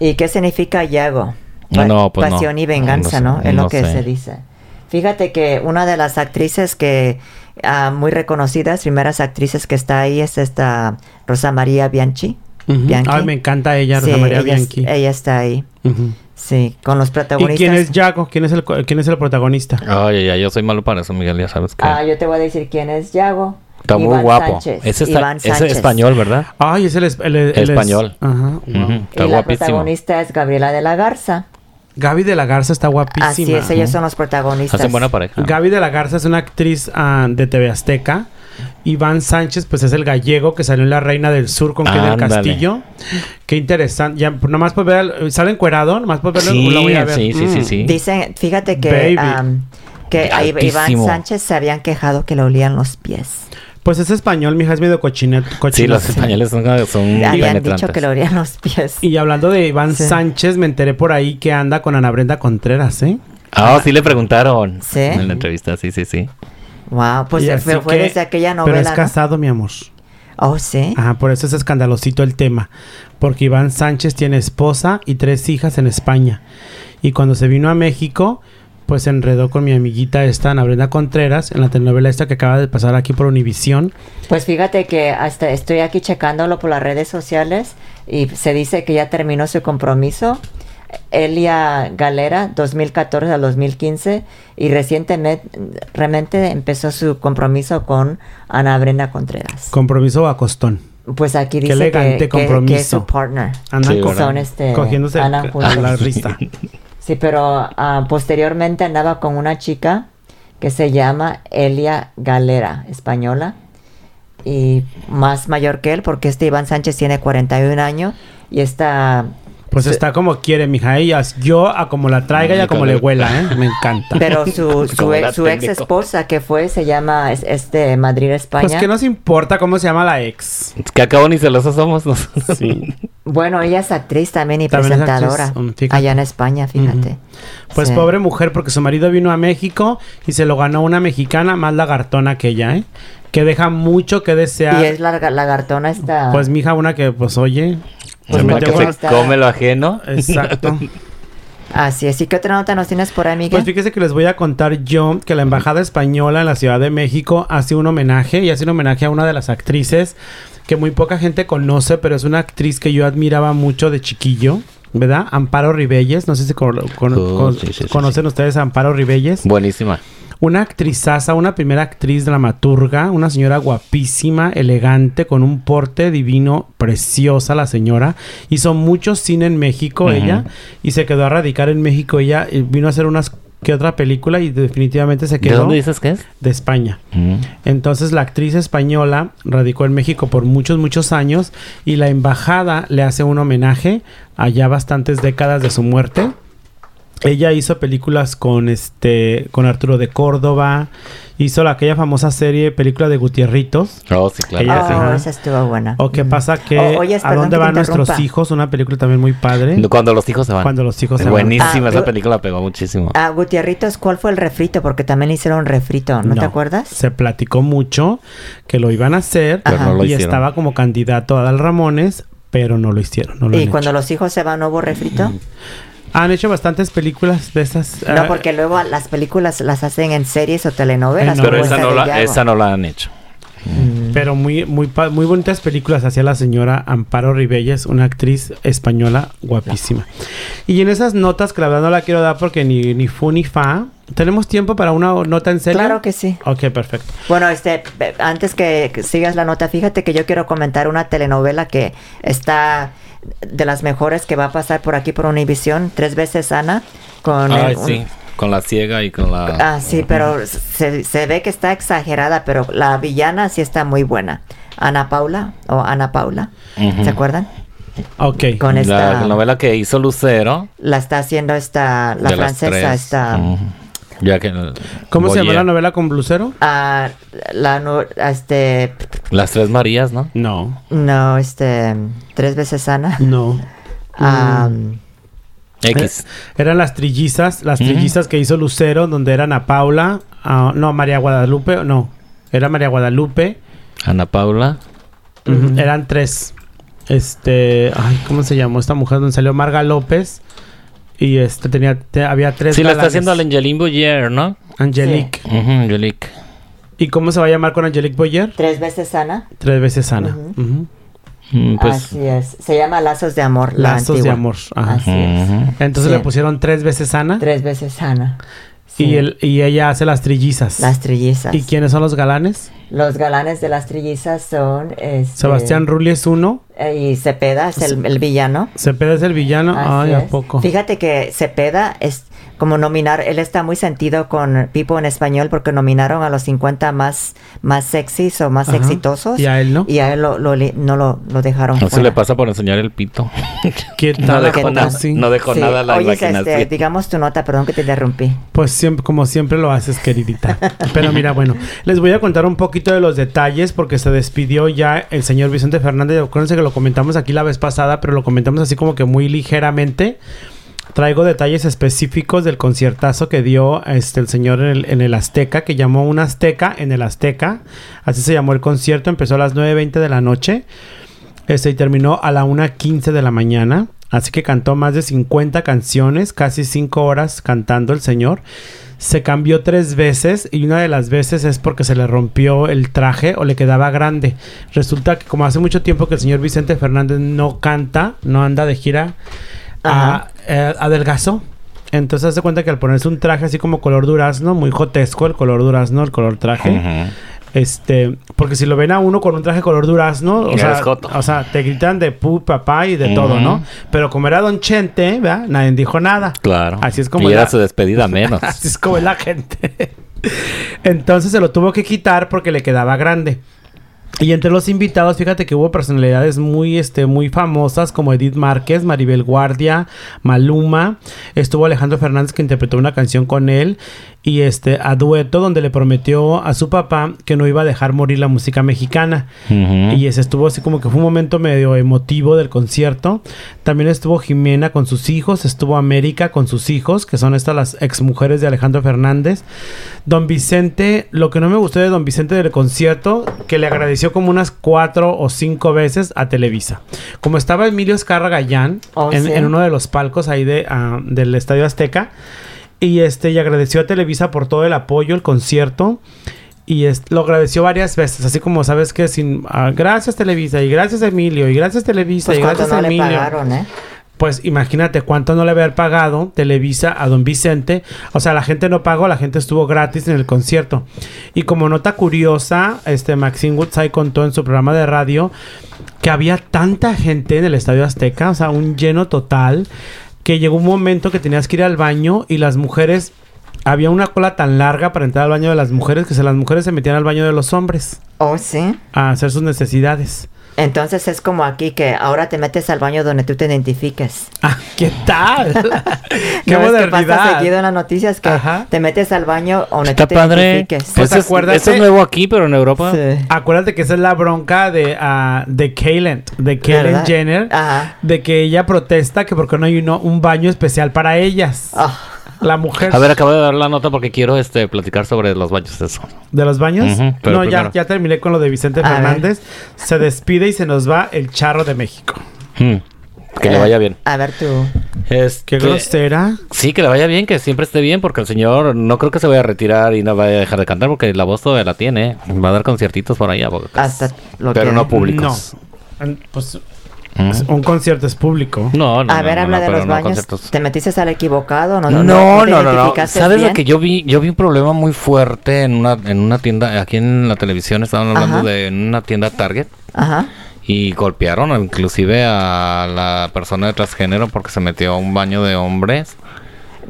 Speaker 2: ¿Y qué significa Yago? Pa-
Speaker 4: No, pues no.
Speaker 2: Pasión y venganza,
Speaker 4: No
Speaker 2: ¿no?
Speaker 4: sé,
Speaker 2: Es lo
Speaker 4: no
Speaker 2: que
Speaker 4: sé.
Speaker 2: se dice. Fíjate que una de las actrices que ah, muy reconocidas, primeras actrices que está ahí es esta Rosa María Bianchi.
Speaker 3: Ujú.
Speaker 2: Bianchi.
Speaker 3: Ay, me encanta ella, Rosa
Speaker 2: Sí,
Speaker 3: María
Speaker 2: ella es- eh,
Speaker 3: Bianchi.
Speaker 2: ella está ahí.
Speaker 3: Ujú.
Speaker 2: Sí, con los
Speaker 3: ¿Y
Speaker 2: protagonistas.
Speaker 3: quién es Yago? ¿Quién es el, co- quién es el protagonista?
Speaker 4: Ay, ay, ay, yo soy malo para eso, Miguel, ya sabes que.
Speaker 2: Ah, yo te voy a decir quién es Yago.
Speaker 4: está muy
Speaker 2: Iván
Speaker 4: guapo.
Speaker 2: Sánchez.
Speaker 4: Ese, está-
Speaker 2: Iván
Speaker 4: ese
Speaker 2: Sánchez.
Speaker 4: español, ¿verdad?
Speaker 3: Ay, es el, es- el- el- el-
Speaker 4: Español.
Speaker 3: Ajá. wow.
Speaker 4: Ujú,
Speaker 2: Y
Speaker 4: Está
Speaker 2: la
Speaker 4: guapísimo.
Speaker 2: protagonista es Gabriela de la Garza.
Speaker 3: Gaby de la Garza está guapísima.
Speaker 2: Así es, ellos son los protagonistas.
Speaker 4: Hacen buena pareja.
Speaker 3: Gaby de la Garza es una actriz ah, de TV Azteca. Iván Sánchez, pues es el gallego que salió en La Reina del Sur con Kid del
Speaker 4: Ándale.
Speaker 3: Castillo. Qué interesante. Ya, pues, nomás por ver, al- sale encuerado, nomás por verlo,
Speaker 4: Sí,
Speaker 3: lo voy a ver.
Speaker 4: sí, sí, sí,
Speaker 3: Mm.
Speaker 4: sí.
Speaker 2: Dicen, fíjate que,
Speaker 3: Baby.
Speaker 2: am, que a Iv- Iván
Speaker 4: Altísimo.
Speaker 2: Sánchez se habían quejado que le olían los pies.
Speaker 3: Pues es español, mija, es medio cochineto.
Speaker 4: Sí,
Speaker 3: cochinote.
Speaker 4: los españoles son, son
Speaker 2: habían
Speaker 4: penetrantes.
Speaker 2: dicho que le olían los pies.
Speaker 3: Y hablando de Iván
Speaker 2: Sí.
Speaker 3: Sánchez, me enteré por ahí que anda con Ana Brenda Contreras, ¿eh?
Speaker 4: Ah, sí le preguntaron.
Speaker 2: ¿Sí?
Speaker 4: En la entrevista, sí, sí, sí.
Speaker 2: Wow, pues
Speaker 3: Y
Speaker 2: eh,
Speaker 3: así
Speaker 2: fue, fue
Speaker 3: que-
Speaker 2: desde aquella
Speaker 3: Pero es
Speaker 2: novela. ¿no?
Speaker 3: casado, mi amor.
Speaker 2: Oh, sí.
Speaker 3: Ajá, por eso es escandalosito el tema. Porque Iván Sánchez tiene esposa y tres hijas en España. Y cuando se vino a México, pues se enredó con mi amiguita esta, Ana Brenda Contreras, en la telenovela esta que acaba de pasar aquí por Univisión.
Speaker 2: Pues fíjate que hasta estoy aquí checándolo por las redes sociales y se dice que ya terminó su compromiso. Elia Galera, 2014 al 2015, y recientemente realmente empezó su compromiso con Ana Brenda Contreras.
Speaker 3: Compromiso a costón.
Speaker 2: Pues aquí dice
Speaker 3: elegante
Speaker 2: que, que-
Speaker 3: compromiso.
Speaker 2: que es su partner.
Speaker 3: Andan
Speaker 4: Sí,
Speaker 3: co-
Speaker 4: ¿verdad?
Speaker 2: Son este,
Speaker 3: cogiéndose
Speaker 2: andan
Speaker 3: a
Speaker 2: juntos.
Speaker 3: la risa.
Speaker 2: Sí, pero ah, posteriormente andaba con una chica que se llama Elia Galera, española, y más mayor que él, porque este Iván Sánchez tiene 41 años y esta...
Speaker 3: Pues está como quiere, mija. Ella, yo a como la traiga y a como le huela, ¿eh? Me encanta.
Speaker 2: Pero su, su,
Speaker 4: Como
Speaker 2: ex-
Speaker 4: era
Speaker 2: su ex
Speaker 4: técnico.
Speaker 2: esposa que fue se llama es- este Madrid, España.
Speaker 3: Pues que nos importa cómo se llama la ex.
Speaker 4: Que acabó ni celosos somos
Speaker 2: Pues
Speaker 4: nosotros.
Speaker 3: Sí.
Speaker 2: Bueno, ella es actriz también y
Speaker 3: También es actriz,
Speaker 2: presentadora
Speaker 3: um, fíjate.
Speaker 2: allá en España, fíjate.
Speaker 3: Pues
Speaker 2: Sí.
Speaker 3: pobre mujer, porque su marido vino a México y se lo ganó una mexicana más lagartona que ella, ¿eh? Que deja mucho que desear.
Speaker 2: Y es la la lagartona esta...
Speaker 3: Pues mija, una que, pues oye.
Speaker 2: Pues
Speaker 4: Se me
Speaker 2: porque
Speaker 4: que se
Speaker 2: está-
Speaker 4: come lo ajeno.
Speaker 3: Exacto.
Speaker 2: Así es. ¿Y qué otra nota nos tienes por ahí, Miguel?
Speaker 3: Pues fíjese que les voy a contar yo que la Embajada Española en la Ciudad de México hace un homenaje y hace un homenaje a una de las actrices que muy poca gente conoce, pero es una actriz que yo admiraba mucho de chiquillo, ¿verdad? Amparo Ribelles, no sé si cono- cono-
Speaker 4: Oh,
Speaker 3: con-
Speaker 4: sí, sí, sí,
Speaker 3: conocen ustedes a Amparo Ribelles.
Speaker 4: Buenísima.
Speaker 3: Una actrizaza, una primera actriz dramaturga, una señora guapísima, elegante, con un porte divino, preciosa la señora. Hizo mucho cine en México
Speaker 4: Ujú.
Speaker 3: ella y se quedó a radicar en México ella. y Vino a hacer unas que otra película y definitivamente se
Speaker 4: ¿De
Speaker 3: quedó
Speaker 4: dónde dices que es?
Speaker 3: de España.
Speaker 4: Mm.
Speaker 3: Entonces la actriz española radicó en México por muchos, muchos años y la embajada le hace un homenaje a ya bastantes décadas de su muerte. Ella hizo películas con este con Arturo de Córdoba, hizo la, aquella famosa serie película de Gutierritos.
Speaker 4: Oh, sí, claro.
Speaker 3: Ella-
Speaker 2: Oh,
Speaker 3: ajá.
Speaker 2: esa estuvo buena.
Speaker 3: O qué pasa que
Speaker 2: O- oyes,
Speaker 3: a
Speaker 2: Oh, perdón
Speaker 3: dónde
Speaker 2: que te
Speaker 3: van nuestros
Speaker 2: interrumpa.
Speaker 3: hijos, una película también muy padre.
Speaker 4: Cuando los hijos se van.
Speaker 3: Cuando los hijos se van.
Speaker 4: Buenísima,
Speaker 2: Ah,
Speaker 4: esa
Speaker 2: yo-
Speaker 4: película pegó muchísimo.
Speaker 2: Ah, Gutierritos, ¿cuál fue el refrito? Porque también hicieron refrito, ¿no, te acuerdas?
Speaker 3: Se platicó mucho que lo iban a hacer
Speaker 4: Pero no lo
Speaker 3: y
Speaker 4: hicieron.
Speaker 3: estaba como candidato a Adal Ramones, pero no lo hicieron. No lo han,
Speaker 2: Y
Speaker 3: hecho.
Speaker 2: cuando los hijos se van, ¿no hubo refrito?
Speaker 3: Han hecho bastantes películas de esas. eh,
Speaker 2: No, porque luego las películas las hacen en series o
Speaker 3: Ay,
Speaker 2: telenovelas.
Speaker 3: no.
Speaker 2: como
Speaker 4: Pero esa
Speaker 2: esta
Speaker 4: no,
Speaker 2: de
Speaker 4: la,
Speaker 2: Yago.
Speaker 4: esa no la han hecho.
Speaker 3: Pero muy, muy, pa- muy bonitas películas hacía la señora Amparo Ribelles, una actriz española guapísima. Y en esas notas, que la verdad no la quiero dar porque ni, ni fu ni fa. ¿Tenemos tiempo para una nota en serio?
Speaker 2: Claro que sí.
Speaker 3: Ok, perfecto.
Speaker 2: Bueno, este, eh, antes que que sigas la nota, fíjate que yo quiero comentar una telenovela que está de las mejores que va a pasar por aquí por Univisión, tres veces Ana, con el-
Speaker 4: Ay,
Speaker 2: un-
Speaker 4: sí. Con la ciega y con la.
Speaker 2: Ah, sí, pero se, se ve que está exagerada, pero la villana sí está muy buena. Ana Paula o Ana Paula,
Speaker 4: Ujú.
Speaker 2: ¿se acuerdan?
Speaker 3: Ok.
Speaker 2: Con esta
Speaker 4: La novela que hizo Lucero.
Speaker 2: la está haciendo esta la
Speaker 4: de las
Speaker 2: francesa
Speaker 4: tres.
Speaker 2: esta
Speaker 4: Ujú. Ya que
Speaker 3: ¿Cómo se llama
Speaker 4: Boyer.
Speaker 3: la novela con Blusero?
Speaker 2: ah, la no- este
Speaker 4: Las tres Marías, ¿no?
Speaker 3: No.
Speaker 2: no este tres veces Ana.
Speaker 3: No.
Speaker 4: Mm.
Speaker 3: Mm.
Speaker 2: Ah,
Speaker 3: Eh,
Speaker 4: X.
Speaker 3: Eran las trillizas, las trillizas que hizo Lucero, donde eran a Paula, a- no, a María Guadalupe, no, era María Guadalupe,
Speaker 4: Ana Paula.
Speaker 3: ujú, eran tres. Este, ay, ¿cómo se llamó esta mujer donde salió Marga López? Y este tenía, te- había tres.
Speaker 4: Sí, la está
Speaker 3: galanes.
Speaker 4: haciendo la Angeline Boyer, ¿no?
Speaker 3: Angelique.
Speaker 4: Ujú, Angelique.
Speaker 3: ¿Y cómo se va a llamar con Angelique Boyer?
Speaker 2: tres veces Ana.
Speaker 3: Tres veces Ana. Ujú.
Speaker 4: Mm, Pues.
Speaker 2: Así es. Se llama Lazos de amor. la
Speaker 3: Lazos de
Speaker 2: antigua.
Speaker 3: amor. ajá.
Speaker 2: Así es.
Speaker 4: ujú.
Speaker 3: Entonces
Speaker 2: Sí.
Speaker 3: le pusieron tres veces Ana
Speaker 2: Tres veces Ana.
Speaker 3: y, el, y ella hace las trillizas.
Speaker 2: Las trillizas.
Speaker 3: ¿Y quiénes son los galanes?
Speaker 2: Los galanes de las trillizas son este,
Speaker 3: Sebastián Rulli es uno.
Speaker 2: eh, y Cepeda es el, el villano.
Speaker 3: Cepeda es el villano.
Speaker 2: Así
Speaker 3: Ay, ¿a
Speaker 2: es.
Speaker 3: poco?
Speaker 2: Fíjate que Cepeda es como nominar, él está muy sentido con Pipo en español porque nominaron a los 50 más, más sexys o más
Speaker 3: Ajá.
Speaker 2: exitosos.
Speaker 3: ¿Y a él no?
Speaker 2: Y a él lo, lo li- no lo, lo dejaron.
Speaker 4: No se
Speaker 2: fuera.
Speaker 4: le pasa por enseñar el pito.
Speaker 3: ¿Qué
Speaker 4: No
Speaker 3: tal?
Speaker 2: de-
Speaker 4: dejó
Speaker 2: tal?
Speaker 4: nada,
Speaker 3: Sí.
Speaker 4: no dejó
Speaker 2: Sí.
Speaker 4: nada a la
Speaker 2: Oye, este,
Speaker 4: imaginación.
Speaker 2: digamos tu nota, perdón que te interrumpí.
Speaker 3: Pues siempre, como siempre lo haces, queridita. Pero mira, bueno, les voy a contar un poquito de los detalles porque se despidió ya el señor Vicente Fernández. Acuérdense que lo comentamos aquí la vez pasada, pero lo comentamos así como que muy ligeramente. Traigo detalles específicos del conciertazo que dio este, el señor en el, en el Azteca, que llamó un Azteca en el Azteca. Así se llamó el concierto. Empezó a las 9.20 de la noche. Este, y terminó a la 1.15 de la mañana. Así que cantó más de 50 canciones, casi 5 horas cantando el señor. Se cambió tres veces y una de las veces es porque se le rompió el traje o le quedaba grande. Resulta que como hace mucho tiempo que el señor Vicente Fernández no canta, no anda de gira,
Speaker 2: Ajá.
Speaker 3: a- eh, adelgazó. Entonces hace cuenta que al ponerse un traje así como color durazno, muy jotesco el color durazno, el color traje,
Speaker 4: Ujú.
Speaker 3: este, porque si lo ven a uno con un traje color durazno, o
Speaker 4: Eres
Speaker 3: sea,
Speaker 4: joto.
Speaker 3: o sea, te gritan de pu, papá y de
Speaker 4: Ujú.
Speaker 3: todo, ¿no? Pero como era Don Chente, ¿verdad? Nadie dijo nada.
Speaker 4: Claro.
Speaker 3: Así es como
Speaker 4: Y
Speaker 3: la-
Speaker 4: era su despedida menos.
Speaker 3: Así es como es la gente. Entonces se lo tuvo que quitar porque le quedaba grande. Y entre los invitados, fíjate que hubo personalidades muy, este, muy famosas como Edith Márquez, Maribel Guardia, Maluma. Estuvo Alejandro Fernández que interpretó una canción con él y este a dueto donde le prometió a su papá que no iba a dejar morir la música mexicana.
Speaker 4: Ujú.
Speaker 3: Y ese estuvo así como que fue un momento medio emotivo del concierto. También estuvo Jimena con sus hijos, estuvo América con sus hijos, que son estas las exmujeres de Alejandro Fernández. Don Vicente, lo que no me gustó de Don Vicente del concierto, que le agradeció como unas cuatro o cinco veces a Televisa. Como estaba Emilio Escarra Gallán
Speaker 2: Oh,
Speaker 3: en,
Speaker 2: sí.
Speaker 3: en uno de los palcos ahí de, ah, del Estadio Azteca, y este, y agradeció a Televisa por todo el apoyo, el concierto. Y es- lo agradeció varias veces, así como sabes que sin ah, gracias Televisa y gracias Emilio y gracias Televisa
Speaker 2: Pues
Speaker 3: y
Speaker 2: cuánto
Speaker 3: gracias
Speaker 2: no le
Speaker 3: Emilio.
Speaker 2: pagaron, ¿eh?
Speaker 3: Pues imagínate cuánto no le había pagado Televisa a don Vicente. O sea, la gente no pagó, la gente estuvo gratis en el concierto. Y como nota curiosa, este Maxine Woodside contó en su programa de radio que había tanta gente en el Estadio Azteca, o sea, un lleno total, que llegó un momento que tenías que ir al baño y las mujeres, había una cola tan larga para entrar al baño de las mujeres que se, las mujeres se metían al baño de los hombres
Speaker 2: Oh, sí.
Speaker 3: a hacer sus necesidades.
Speaker 2: Entonces es como aquí que ahora te metes al baño donde tú te identifiques.
Speaker 3: Ah, ¿Qué tal? ¡Qué
Speaker 2: no es que pasa
Speaker 3: modernidad!
Speaker 2: seguido en las noticias que
Speaker 3: Ajá.
Speaker 2: te metes al baño donde
Speaker 4: Está
Speaker 2: tú te
Speaker 4: padre. pues,
Speaker 2: identifiques.
Speaker 3: Pues,
Speaker 4: Eso es,
Speaker 3: acuérdate-
Speaker 4: eso es nuevo aquí, pero en Europa.
Speaker 2: Sí.
Speaker 3: Acuérdate que esa es la bronca de, ah, de Caitlyn, de Caitlyn
Speaker 2: ¿Verdad? Ah.
Speaker 3: Jenner,
Speaker 2: Ajá.
Speaker 3: de que ella protesta que porque no hay uno- un baño especial para ellas.
Speaker 2: Ah.
Speaker 3: La mujer
Speaker 4: A ver, acabo de dar la nota porque quiero este platicar sobre los baños de eso.
Speaker 3: de los baños.
Speaker 4: Ujú, pero
Speaker 3: no, ya,
Speaker 4: primero.
Speaker 3: ya terminé con lo de Vicente
Speaker 2: A ver.
Speaker 3: Fernández. Se despide y se nos va el charro de México.
Speaker 4: Hmm. Que le vaya bien.
Speaker 2: A ver tú.
Speaker 3: Qué
Speaker 4: Este,
Speaker 3: grosera.
Speaker 4: sí, que le vaya bien, que siempre esté bien, porque el señor no creo que se vaya a retirar y no vaya a dejar de cantar porque la voz todavía la tiene. ¿eh? Va a dar conciertitos por ahí a Bogotá.
Speaker 2: Hasta lo
Speaker 4: Pero
Speaker 2: que-
Speaker 4: no públicos.
Speaker 3: No. Pues
Speaker 4: Mm.
Speaker 3: un concierto es público.
Speaker 4: No, no.
Speaker 2: A
Speaker 4: no,
Speaker 2: ver,
Speaker 4: no,
Speaker 2: habla
Speaker 4: no,
Speaker 2: de
Speaker 4: pero
Speaker 2: los
Speaker 4: no
Speaker 2: baños.
Speaker 4: conciertos.
Speaker 2: ¿Te metiste al equivocado? No, no,
Speaker 4: No,
Speaker 2: no.
Speaker 4: no,
Speaker 2: ¿Te
Speaker 4: no, no.
Speaker 2: identificaste
Speaker 4: ¿Sabes
Speaker 2: bien?
Speaker 4: lo que yo vi? Yo vi un problema muy fuerte en una, en una tienda, aquí en la televisión estaban hablando
Speaker 2: Ajá.
Speaker 4: de en una tienda Target
Speaker 2: Ajá.
Speaker 4: y golpearon inclusive a la persona de transgénero porque se metió a un baño de hombres.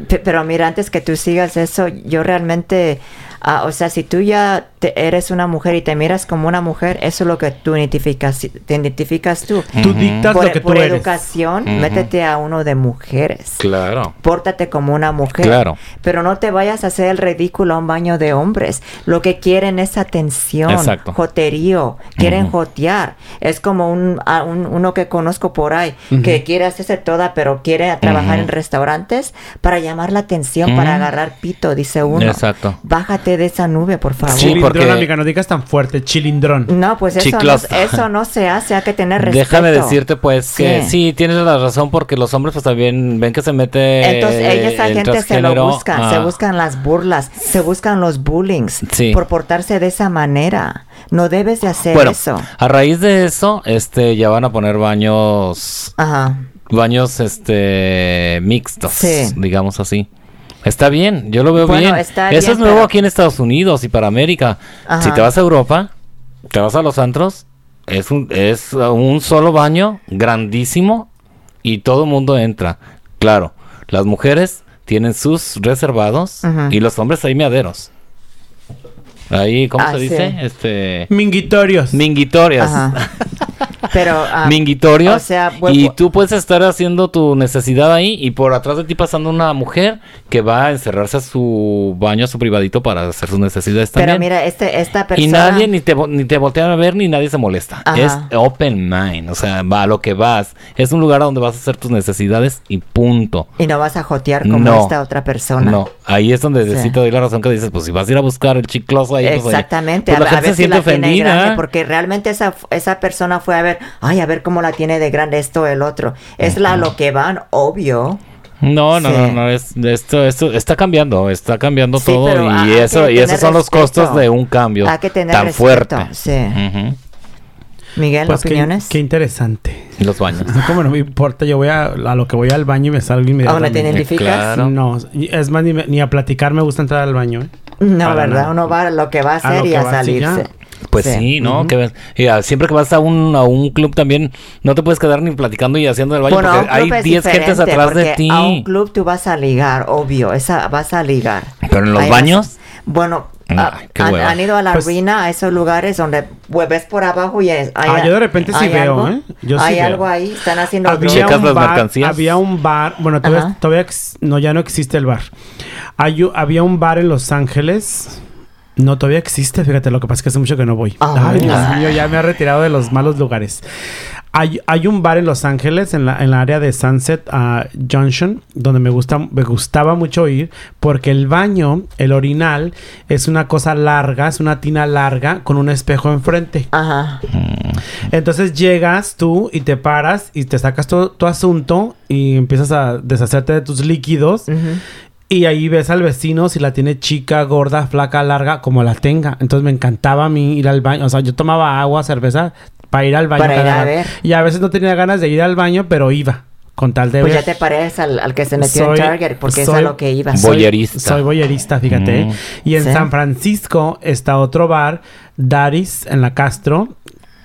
Speaker 2: Pe- Pero mira, antes que tú sigas eso, yo realmente, ah, o sea, si tú ya te- eres una mujer y te miras como una mujer, eso es lo que tú identificas, te identificas tú.
Speaker 3: Tú
Speaker 4: Ujú.
Speaker 3: dictas
Speaker 2: por
Speaker 3: lo que tú
Speaker 2: por
Speaker 3: eres.
Speaker 2: educación,
Speaker 4: Ujú.
Speaker 2: métete a uno de mujeres.
Speaker 4: Claro.
Speaker 2: Pórtate como una mujer.
Speaker 4: Claro.
Speaker 2: Pero no te vayas a hacer el ridículo a un baño de hombres. Lo que quieren es atención,
Speaker 4: Exacto.
Speaker 2: joterío, quieren
Speaker 4: Ujú.
Speaker 2: jotear. Es como un, a un- uno que conozco por ahí, que quiere hacerse toda, pero quiere trabajar en restaurantes para llamar la atención, para
Speaker 4: Ujú.
Speaker 2: agarrar pito, dice uno.
Speaker 4: Exacto.
Speaker 2: Bájate de esa nube, por favor.
Speaker 4: Sí,
Speaker 3: Ah, Chilindrón,
Speaker 4: porque-
Speaker 3: amiga, no digas tan fuerte, chilindrón.
Speaker 2: No, pues eso no,
Speaker 4: Chiclosa.
Speaker 2: eso no se hace, hay que tener respeto.
Speaker 4: Déjame decirte pues que
Speaker 2: Sí.
Speaker 4: sí, tienes la razón porque los hombres pues también ven que se mete
Speaker 2: Entonces, ellos esa
Speaker 4: el
Speaker 2: gente se lo
Speaker 4: transgénero
Speaker 2: buscan,
Speaker 4: a-
Speaker 2: se buscan las burlas, se buscan los bullings
Speaker 4: ah. Sí.
Speaker 2: por portarse de esa manera. No debes de hacer
Speaker 4: Bueno,
Speaker 2: eso.
Speaker 4: a raíz de eso, este ya van a poner baños
Speaker 2: Ajá.
Speaker 4: baños este mixtos,
Speaker 2: Sí.
Speaker 4: digamos así. Está bien, yo lo veo
Speaker 2: Bueno,
Speaker 4: bien.
Speaker 2: está
Speaker 4: Eso
Speaker 2: bien,
Speaker 4: es nuevo
Speaker 2: pero-
Speaker 4: aquí en Estados Unidos y para América.
Speaker 2: Ajá.
Speaker 4: Si te vas a Europa, te vas a los antros, es un, es un solo baño grandísimo y todo el mundo entra. Claro, las mujeres tienen sus reservados
Speaker 2: Ujú.
Speaker 4: y los hombres hay meaderos. Ahí, ¿cómo
Speaker 2: Ah,
Speaker 4: se
Speaker 2: sí.
Speaker 4: dice? Este
Speaker 3: Minguitorios.
Speaker 4: minguitorias.
Speaker 2: Ajá. Pero ah,
Speaker 4: Minguitorio.
Speaker 2: O sea, bu-
Speaker 4: y
Speaker 2: bu-
Speaker 4: tú puedes estar haciendo tu necesidad ahí y por atrás de ti pasando una mujer que va a encerrarse a su baño, a su privadito para hacer sus necesidades
Speaker 2: pero
Speaker 4: también.
Speaker 2: mira, este, esta persona.
Speaker 4: y nadie ni te, vo- ni te voltean a ver ni nadie se molesta.
Speaker 2: Ajá.
Speaker 4: Es open mind, o sea, va a lo que vas. Es un lugar a donde vas a hacer tus necesidades y punto.
Speaker 2: y no vas a jotear como
Speaker 4: No.
Speaker 2: esta otra persona.
Speaker 4: No, ahí es donde
Speaker 2: Sí.
Speaker 4: sí te doy la razón que dices, pues si vas a ir a buscar el chicloso ahí, pues, oye,
Speaker 2: Exactamente,
Speaker 4: pues, la
Speaker 2: a,
Speaker 4: gente
Speaker 2: ver
Speaker 4: se siente
Speaker 2: tiene grande,
Speaker 4: ofendida. ¿eh?
Speaker 2: porque realmente esa, esa persona fue a ver, ay, a ver cómo la tiene de grande esto o el otro. Es la lo que van, obvio.
Speaker 4: No, no,
Speaker 2: Sí.
Speaker 4: no, no, es, esto, esto está cambiando, está cambiando
Speaker 2: Sí, pero,
Speaker 4: todo
Speaker 2: ah, hay
Speaker 4: y eso,
Speaker 2: que
Speaker 4: y esos
Speaker 2: tener
Speaker 4: son los
Speaker 2: respeto.
Speaker 4: costos de un cambio
Speaker 2: Hay que tener
Speaker 4: tan
Speaker 2: respeto,
Speaker 4: fuerte.
Speaker 2: sí.
Speaker 4: Ujú.
Speaker 2: Miguel,
Speaker 3: Pues qué,
Speaker 2: opiniones.
Speaker 3: qué interesante.
Speaker 4: Los baños.
Speaker 3: Como no me importa, yo voy a, a lo que voy al baño y me salgo
Speaker 2: ¿Aún la
Speaker 3: inmediatamente.
Speaker 2: tienen identificas?
Speaker 4: Claro.
Speaker 3: No, y- es más, ni, me- ni a platicar me gusta entrar al baño. ¿eh?
Speaker 2: No,
Speaker 3: Para
Speaker 2: ¿verdad?
Speaker 3: nada.
Speaker 2: Uno va a lo que va a hacer
Speaker 3: lo
Speaker 2: y
Speaker 3: que
Speaker 2: a
Speaker 3: va, sí, ya.
Speaker 2: salirse.
Speaker 4: Pues sí, ¿no? Que ves- y, ah, siempre que vas a un, a un club también, no te puedes quedar ni platicando y haciendo el baño
Speaker 2: Bueno, a un
Speaker 4: porque
Speaker 2: club
Speaker 4: hay
Speaker 2: es
Speaker 4: 10 gentes
Speaker 2: diferente,
Speaker 4: atrás de
Speaker 2: porque
Speaker 4: ti.
Speaker 2: A un club tú vas a ligar, obvio, esa vas a ligar.
Speaker 4: Pero en los
Speaker 2: vas-
Speaker 4: baños?
Speaker 2: Bueno,
Speaker 4: Ay,
Speaker 2: ah,
Speaker 4: qué
Speaker 2: han,
Speaker 4: hueva.
Speaker 2: han ido a la
Speaker 3: Pues-
Speaker 2: ruina, a esos lugares donde pues, ves por abajo y es, hay-
Speaker 3: Ah, yo de repente sí
Speaker 2: hay
Speaker 3: veo,
Speaker 2: algo,
Speaker 3: ¿eh? Yo sí
Speaker 2: hay
Speaker 3: veo.
Speaker 2: algo ahí, están haciendo
Speaker 3: Había
Speaker 4: Checas
Speaker 3: un
Speaker 4: las
Speaker 3: bar-
Speaker 4: mercancías.
Speaker 3: Había un bar, bueno, todavía,
Speaker 2: Ajá.
Speaker 3: todavía ex- no, ya no existe el bar. Hay u- había un bar en Los Ángeles. No, todavía existe, fíjate, lo que pasa es que hace mucho que no voy.
Speaker 2: Ah,
Speaker 3: Ay, Dios
Speaker 2: ah.
Speaker 3: mío, ya me ha retirado de los malos lugares. Hay, hay un bar en Los Ángeles, en la, en la área de Sunset ah, Junction, donde me, gusta, me gustaba mucho ir, porque el baño, el orinal, es una cosa larga, es una tina larga con un espejo enfrente.
Speaker 2: Ajá.
Speaker 3: Entonces llegas tú y te paras y te sacas tu, tu asunto y empiezas a deshacerte de tus líquidos.
Speaker 2: ujú.
Speaker 3: Y ahí ves al vecino si la tiene chica, gorda, flaca, larga, como la tenga. Entonces me encantaba a mí ir al baño. O sea, yo tomaba agua, cerveza para ir al baño.
Speaker 2: Para ir
Speaker 3: cada
Speaker 2: a
Speaker 3: rato.
Speaker 2: ver.
Speaker 3: Y a veces no tenía ganas de ir al baño, pero iba. Con tal de
Speaker 2: Pues ya
Speaker 3: ver.
Speaker 2: te pareces al, al que se metió
Speaker 3: Soy-
Speaker 2: en Target, porque es a
Speaker 3: soy-
Speaker 2: lo que ibas.
Speaker 3: Ah,
Speaker 4: Voy-
Speaker 3: Soy-
Speaker 4: Voyerista.
Speaker 3: Soy voyerista, fíjate.
Speaker 4: Mm.
Speaker 3: Y en
Speaker 2: Sí.
Speaker 3: San Francisco está otro bar, Daris, en la Castro,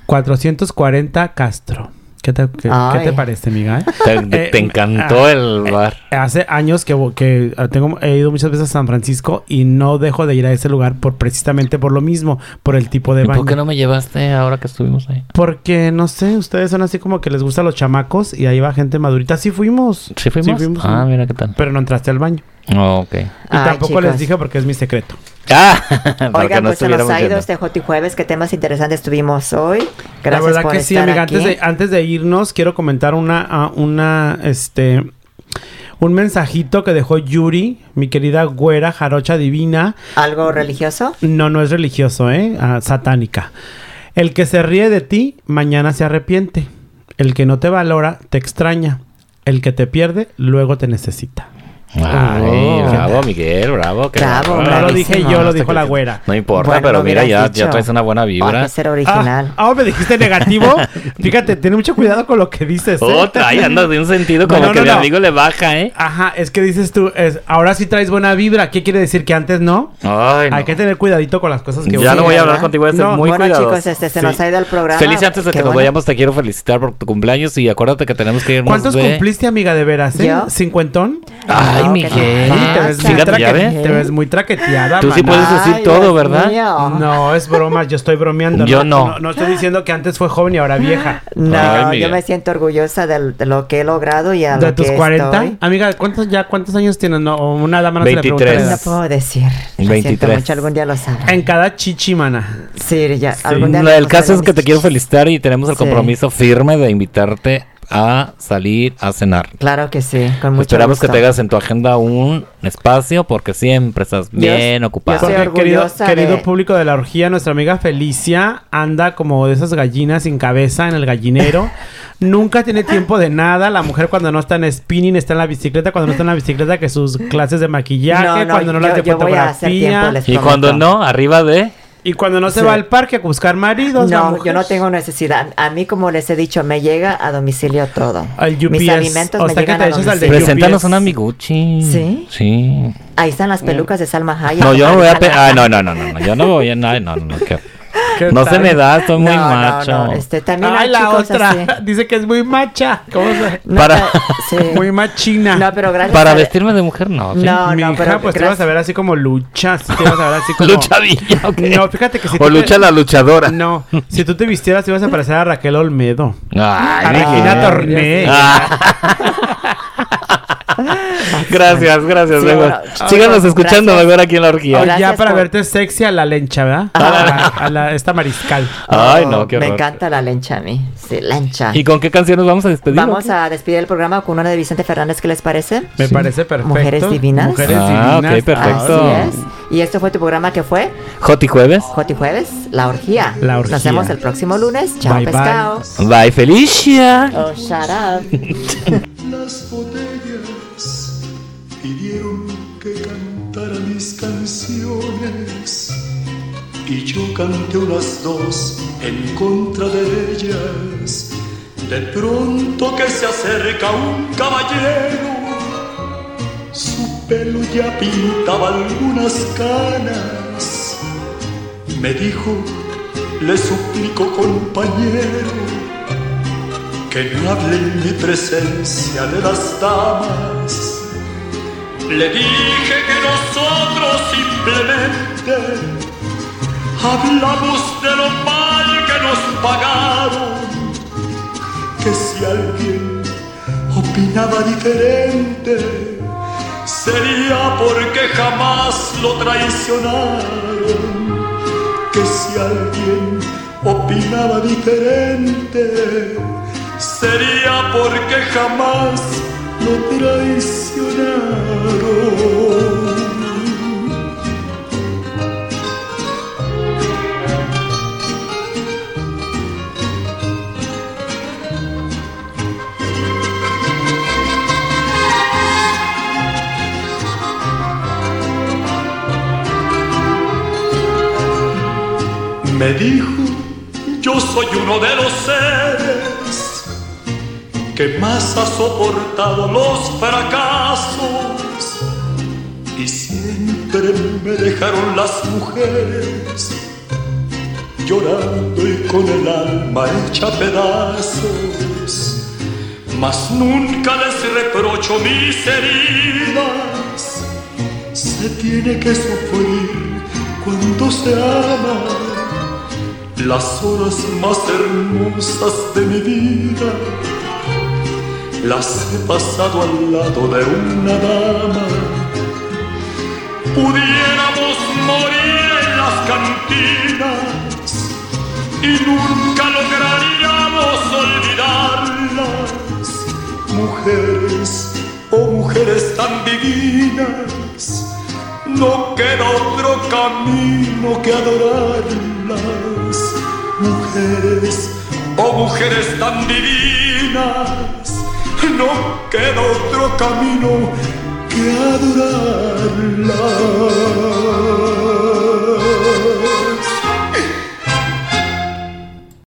Speaker 3: 440 Castro. ¿Qué te, qué-
Speaker 2: Ay.
Speaker 3: qué te parece, amiga? eh?
Speaker 4: Te, te-
Speaker 3: Eh,
Speaker 4: te encantó
Speaker 3: ah,
Speaker 4: el bar.
Speaker 3: Hace años que, vo- que ah, tengo, he ido muchas veces a San Francisco y no dejo de ir a ese lugar por precisamente por lo mismo, por el tipo de
Speaker 4: ¿Y
Speaker 3: baño.
Speaker 4: por qué no me llevaste ahora que estuvimos ahí?
Speaker 3: Porque, no sé, ustedes son así como que les gustan los chamacos y ahí va gente madurita. Sí fuimos.
Speaker 4: ¿Sí fuimos? ah, mira qué tal.
Speaker 3: Pero no entraste al baño.
Speaker 4: Oh, ok.
Speaker 3: Y
Speaker 2: Ay,
Speaker 3: tampoco les
Speaker 2: chicos.
Speaker 3: dije porque es mi secreto.
Speaker 4: Ah, para que
Speaker 2: Oigan,
Speaker 4: no
Speaker 2: pues se nos
Speaker 4: estuviéramos
Speaker 2: ha ido
Speaker 4: viendo.
Speaker 2: este Joti Jueves. Qué temas interesantes tuvimos hoy. Gracias
Speaker 3: la verdad
Speaker 2: por
Speaker 3: que
Speaker 2: estar
Speaker 3: sí, amiga.
Speaker 2: aquí.
Speaker 3: Antes de, antes de irnos, quiero comentar una, a- una, este, un mensajito que dejó Yuri, mi querida güera, jarocha divina.
Speaker 2: ¿Algo religioso?
Speaker 3: No, no es religioso, ¿eh? Ah, satánica. El que se ríe de ti, mañana se arrepiente. El que no te valora, te extraña. El que te pierde, luego te necesita.
Speaker 4: Ay,
Speaker 2: Oh.
Speaker 4: bravo, Miguel, bravo. qué
Speaker 2: Bravo,
Speaker 3: No lo dije
Speaker 2: Bravísimo.
Speaker 3: yo, lo dijo la güera.
Speaker 4: No importa,
Speaker 2: Bueno,
Speaker 4: pero
Speaker 2: lo
Speaker 4: mira, ya,
Speaker 2: hubieras
Speaker 4: ya
Speaker 2: dicho.
Speaker 4: traes una buena
Speaker 2: Hay
Speaker 4: vibra.
Speaker 2: que ser original.
Speaker 3: Ah, ahora me dijiste negativo. Fíjate, ten mucho cuidado con lo que dices. ¿eh?
Speaker 4: Otra, ahí andas de un sentido como
Speaker 3: No, no,
Speaker 4: que
Speaker 3: no,
Speaker 4: mi
Speaker 3: no.
Speaker 4: amigo le baja, ¿eh?
Speaker 3: Ajá, es que dices tú, es, ahora sí traes buena vibra. ¿Qué quiere decir que antes no?
Speaker 4: Ay, no.
Speaker 3: Hay que tener cuidadito con las cosas que
Speaker 4: Ya
Speaker 3: uno-
Speaker 4: no voy a hablar
Speaker 2: ¿verdad?
Speaker 4: contigo, voy a ser
Speaker 3: No,
Speaker 4: muy
Speaker 2: bueno,
Speaker 4: cuidadoso.
Speaker 2: chicos, este se
Speaker 3: Sí.
Speaker 2: nos ha ido el programa.
Speaker 4: Feliz antes de que
Speaker 2: Qué
Speaker 4: nos
Speaker 2: bueno.
Speaker 4: vayamos, te quiero felicitar por tu cumpleaños y acuérdate que tenemos que irnos
Speaker 3: ¿Cuántos
Speaker 4: de-
Speaker 3: cumpliste, amiga, de veras? eh?
Speaker 2: ¿Yo?
Speaker 3: ¿Cincuentón?
Speaker 4: Ay,
Speaker 2: No,
Speaker 4: Miguel.
Speaker 2: que no.
Speaker 3: Sí, te ves,
Speaker 2: Fíjate,
Speaker 3: muy
Speaker 4: Fíjate,
Speaker 3: traque-
Speaker 4: ya ves.
Speaker 3: te ves muy traqueteada.
Speaker 4: Tú sí
Speaker 3: maná.
Speaker 4: puedes decir
Speaker 2: Ay,
Speaker 4: todo,
Speaker 2: Dios
Speaker 4: ¿verdad?
Speaker 2: mío. No,
Speaker 3: No, es broma, yo estoy bromeando.
Speaker 4: Yo no.
Speaker 3: No, estoy diciendo que antes fue joven y ahora vieja.
Speaker 2: Ah,
Speaker 4: Ay,
Speaker 2: yo
Speaker 4: Miguel.
Speaker 2: me siento orgullosa del- de, lo que he logrado y a
Speaker 3: ¿De
Speaker 2: lo
Speaker 3: tus
Speaker 2: que
Speaker 3: 40?
Speaker 2: estoy.
Speaker 3: Amiga, ¿cuántos, ya, ¿cuántos años tienes? No, una dama no se le pregunta.
Speaker 4: 23.
Speaker 3: la
Speaker 2: No
Speaker 3: edad.
Speaker 2: puedo decir. Lo
Speaker 4: 23.
Speaker 2: siento mucho, algún día lo sabré.
Speaker 3: En cada chichi, mana.
Speaker 2: Sí, ya, algún día
Speaker 4: No,
Speaker 2: lo
Speaker 4: el
Speaker 2: sabré
Speaker 4: caso es
Speaker 2: mis
Speaker 4: que te quiero
Speaker 2: chichis.
Speaker 4: felicitar y tenemos el
Speaker 2: Sí.
Speaker 4: compromiso firme de invitarte a salir a cenar.
Speaker 2: Claro que sí, con mucho
Speaker 4: Esperamos
Speaker 2: gusto.
Speaker 4: que tengas en tu agenda un espacio porque siempre estás bien ocupado.
Speaker 2: Estoy
Speaker 3: Porque, querido,
Speaker 2: orgullosa
Speaker 3: querido
Speaker 2: de-
Speaker 3: público de la orgía, nuestra amiga Felicia anda como de esas gallinas sin cabeza en el gallinero. Nunca tiene tiempo de nada. La mujer cuando no está en spinning está en la bicicleta. Cuando no está en la bicicleta, que sus clases de maquillaje.
Speaker 2: No, no,
Speaker 3: cuando no
Speaker 2: yo-
Speaker 3: las de
Speaker 2: yo voy a hacer
Speaker 3: fotografía.
Speaker 2: tiempo, les-
Speaker 4: Y cuando no, arriba de...
Speaker 3: Y cuando no se
Speaker 2: Sí.
Speaker 3: va al parque a buscar maridos. la
Speaker 2: No,
Speaker 3: mujer.
Speaker 2: yo no tengo necesidad. A mí, como les he dicho, me llega a domicilio todo.
Speaker 3: Al
Speaker 2: Mis
Speaker 3: UPS,
Speaker 2: alimentos
Speaker 3: o
Speaker 2: me
Speaker 3: sea que
Speaker 2: llegan
Speaker 3: te
Speaker 2: a
Speaker 3: echas al de
Speaker 2: domicilio.
Speaker 4: Preséntanos
Speaker 3: UPS.
Speaker 4: un amiguchi.
Speaker 2: ¿Sí?
Speaker 4: Sí.
Speaker 2: Ahí están las pelucas de Salma Hayek.
Speaker 4: No, yo no voy a... pe- Ay, no, no, no, no, no, yo no voy a... No, no, no, qué-
Speaker 3: ¿Qué
Speaker 4: no se
Speaker 3: tal?
Speaker 4: me da, estoy muy
Speaker 2: No, no,
Speaker 4: macho.
Speaker 2: no, este, también
Speaker 3: Ay,
Speaker 2: hay
Speaker 3: la
Speaker 2: chicos
Speaker 3: otra.
Speaker 2: así.
Speaker 3: Dice que es muy macha. ¿Cómo se-
Speaker 2: No,
Speaker 4: Para-
Speaker 2: no, sí.
Speaker 3: Muy machina.
Speaker 2: Eh, No, pero gracias.
Speaker 4: Para
Speaker 2: a-
Speaker 4: vestirme de mujer, no. ¿sí?
Speaker 2: No,
Speaker 3: Mi
Speaker 2: no,
Speaker 3: hija,
Speaker 2: pero
Speaker 3: pues te
Speaker 2: gracias-
Speaker 3: vas a ver así como lucha. sí Te vas a ver así como.
Speaker 4: Lucha Villa, ¿o qué?
Speaker 3: No, fíjate que si tú
Speaker 4: O
Speaker 3: te-
Speaker 4: lucha la luchadora.
Speaker 3: No, si tú te vistieras, ibas a parecer a Raquel Olmedo.
Speaker 4: Ay,
Speaker 3: A
Speaker 4: mi
Speaker 3: Regina
Speaker 4: hija.
Speaker 3: Torné.
Speaker 4: Ah. gracias, gracias,
Speaker 2: Sí,
Speaker 4: Bego.
Speaker 2: bueno,
Speaker 4: Síganos
Speaker 2: gracias.
Speaker 4: escuchando, mejor aquí en la orgía.
Speaker 2: Hola.
Speaker 3: ya
Speaker 2: gracias
Speaker 3: para
Speaker 2: por-
Speaker 3: verte sexy a la lencha, ¿verdad? A, la- a la- esta mariscal.
Speaker 4: Ay, no, qué
Speaker 2: Me
Speaker 4: horror.
Speaker 2: encanta la lencha a mí. Sí, lencha.
Speaker 4: ¿Y con qué canciones vamos a despedir?
Speaker 2: Vamos a despedir el programa con una de Vicente Fernández, ¿qué les parece?
Speaker 3: Me parece perfecto.
Speaker 2: Mujeres divinas.
Speaker 3: Mujeres
Speaker 4: Ah,
Speaker 3: divinas.
Speaker 4: ok, perfecto.
Speaker 2: Así es. Y este fue tu programa que fue
Speaker 4: Joti Jueves.
Speaker 2: Joti Jueves, La Orgía.
Speaker 3: La Orgía.
Speaker 2: Nos vemos el próximo lunes. Chao,
Speaker 3: Bye, bye.
Speaker 2: pescado.
Speaker 4: Bye, Felicia.
Speaker 2: Oh, shut up.
Speaker 5: Las botellas pidieron que cantara mis canciones y yo canté unas dos en contra de ellas. De pronto que se acerca un caballero, su pelo ya pintaba algunas canas. Me dijo, le suplico compañero que no hable en mi presencia de las damas. Le dije que nosotros simplemente hablamos de lo mal que nos pagaron, que si alguien opinaba diferente sería porque jamás lo traicionaron que si alguien opinaba diferente sería porque jamás lo traicionaron. Me dijo, yo soy uno de los seres que más ha soportado los fracasos y siempre me dejaron las mujeres llorando y con el alma hecha pedazos. Mas nunca les reprocho mis heridas. Se tiene que sufrir cuando se ama. Las horas más hermosas de mi vida las he pasado al lado de una dama pudiéramos morir en las cantinas y nunca lograríamos olvidarlas. Mujeres, oh mujeres tan divinas, no queda otro camino que adorarlas. Mujeres, oh mujeres tan divinas, no queda otro camino que adorarlas.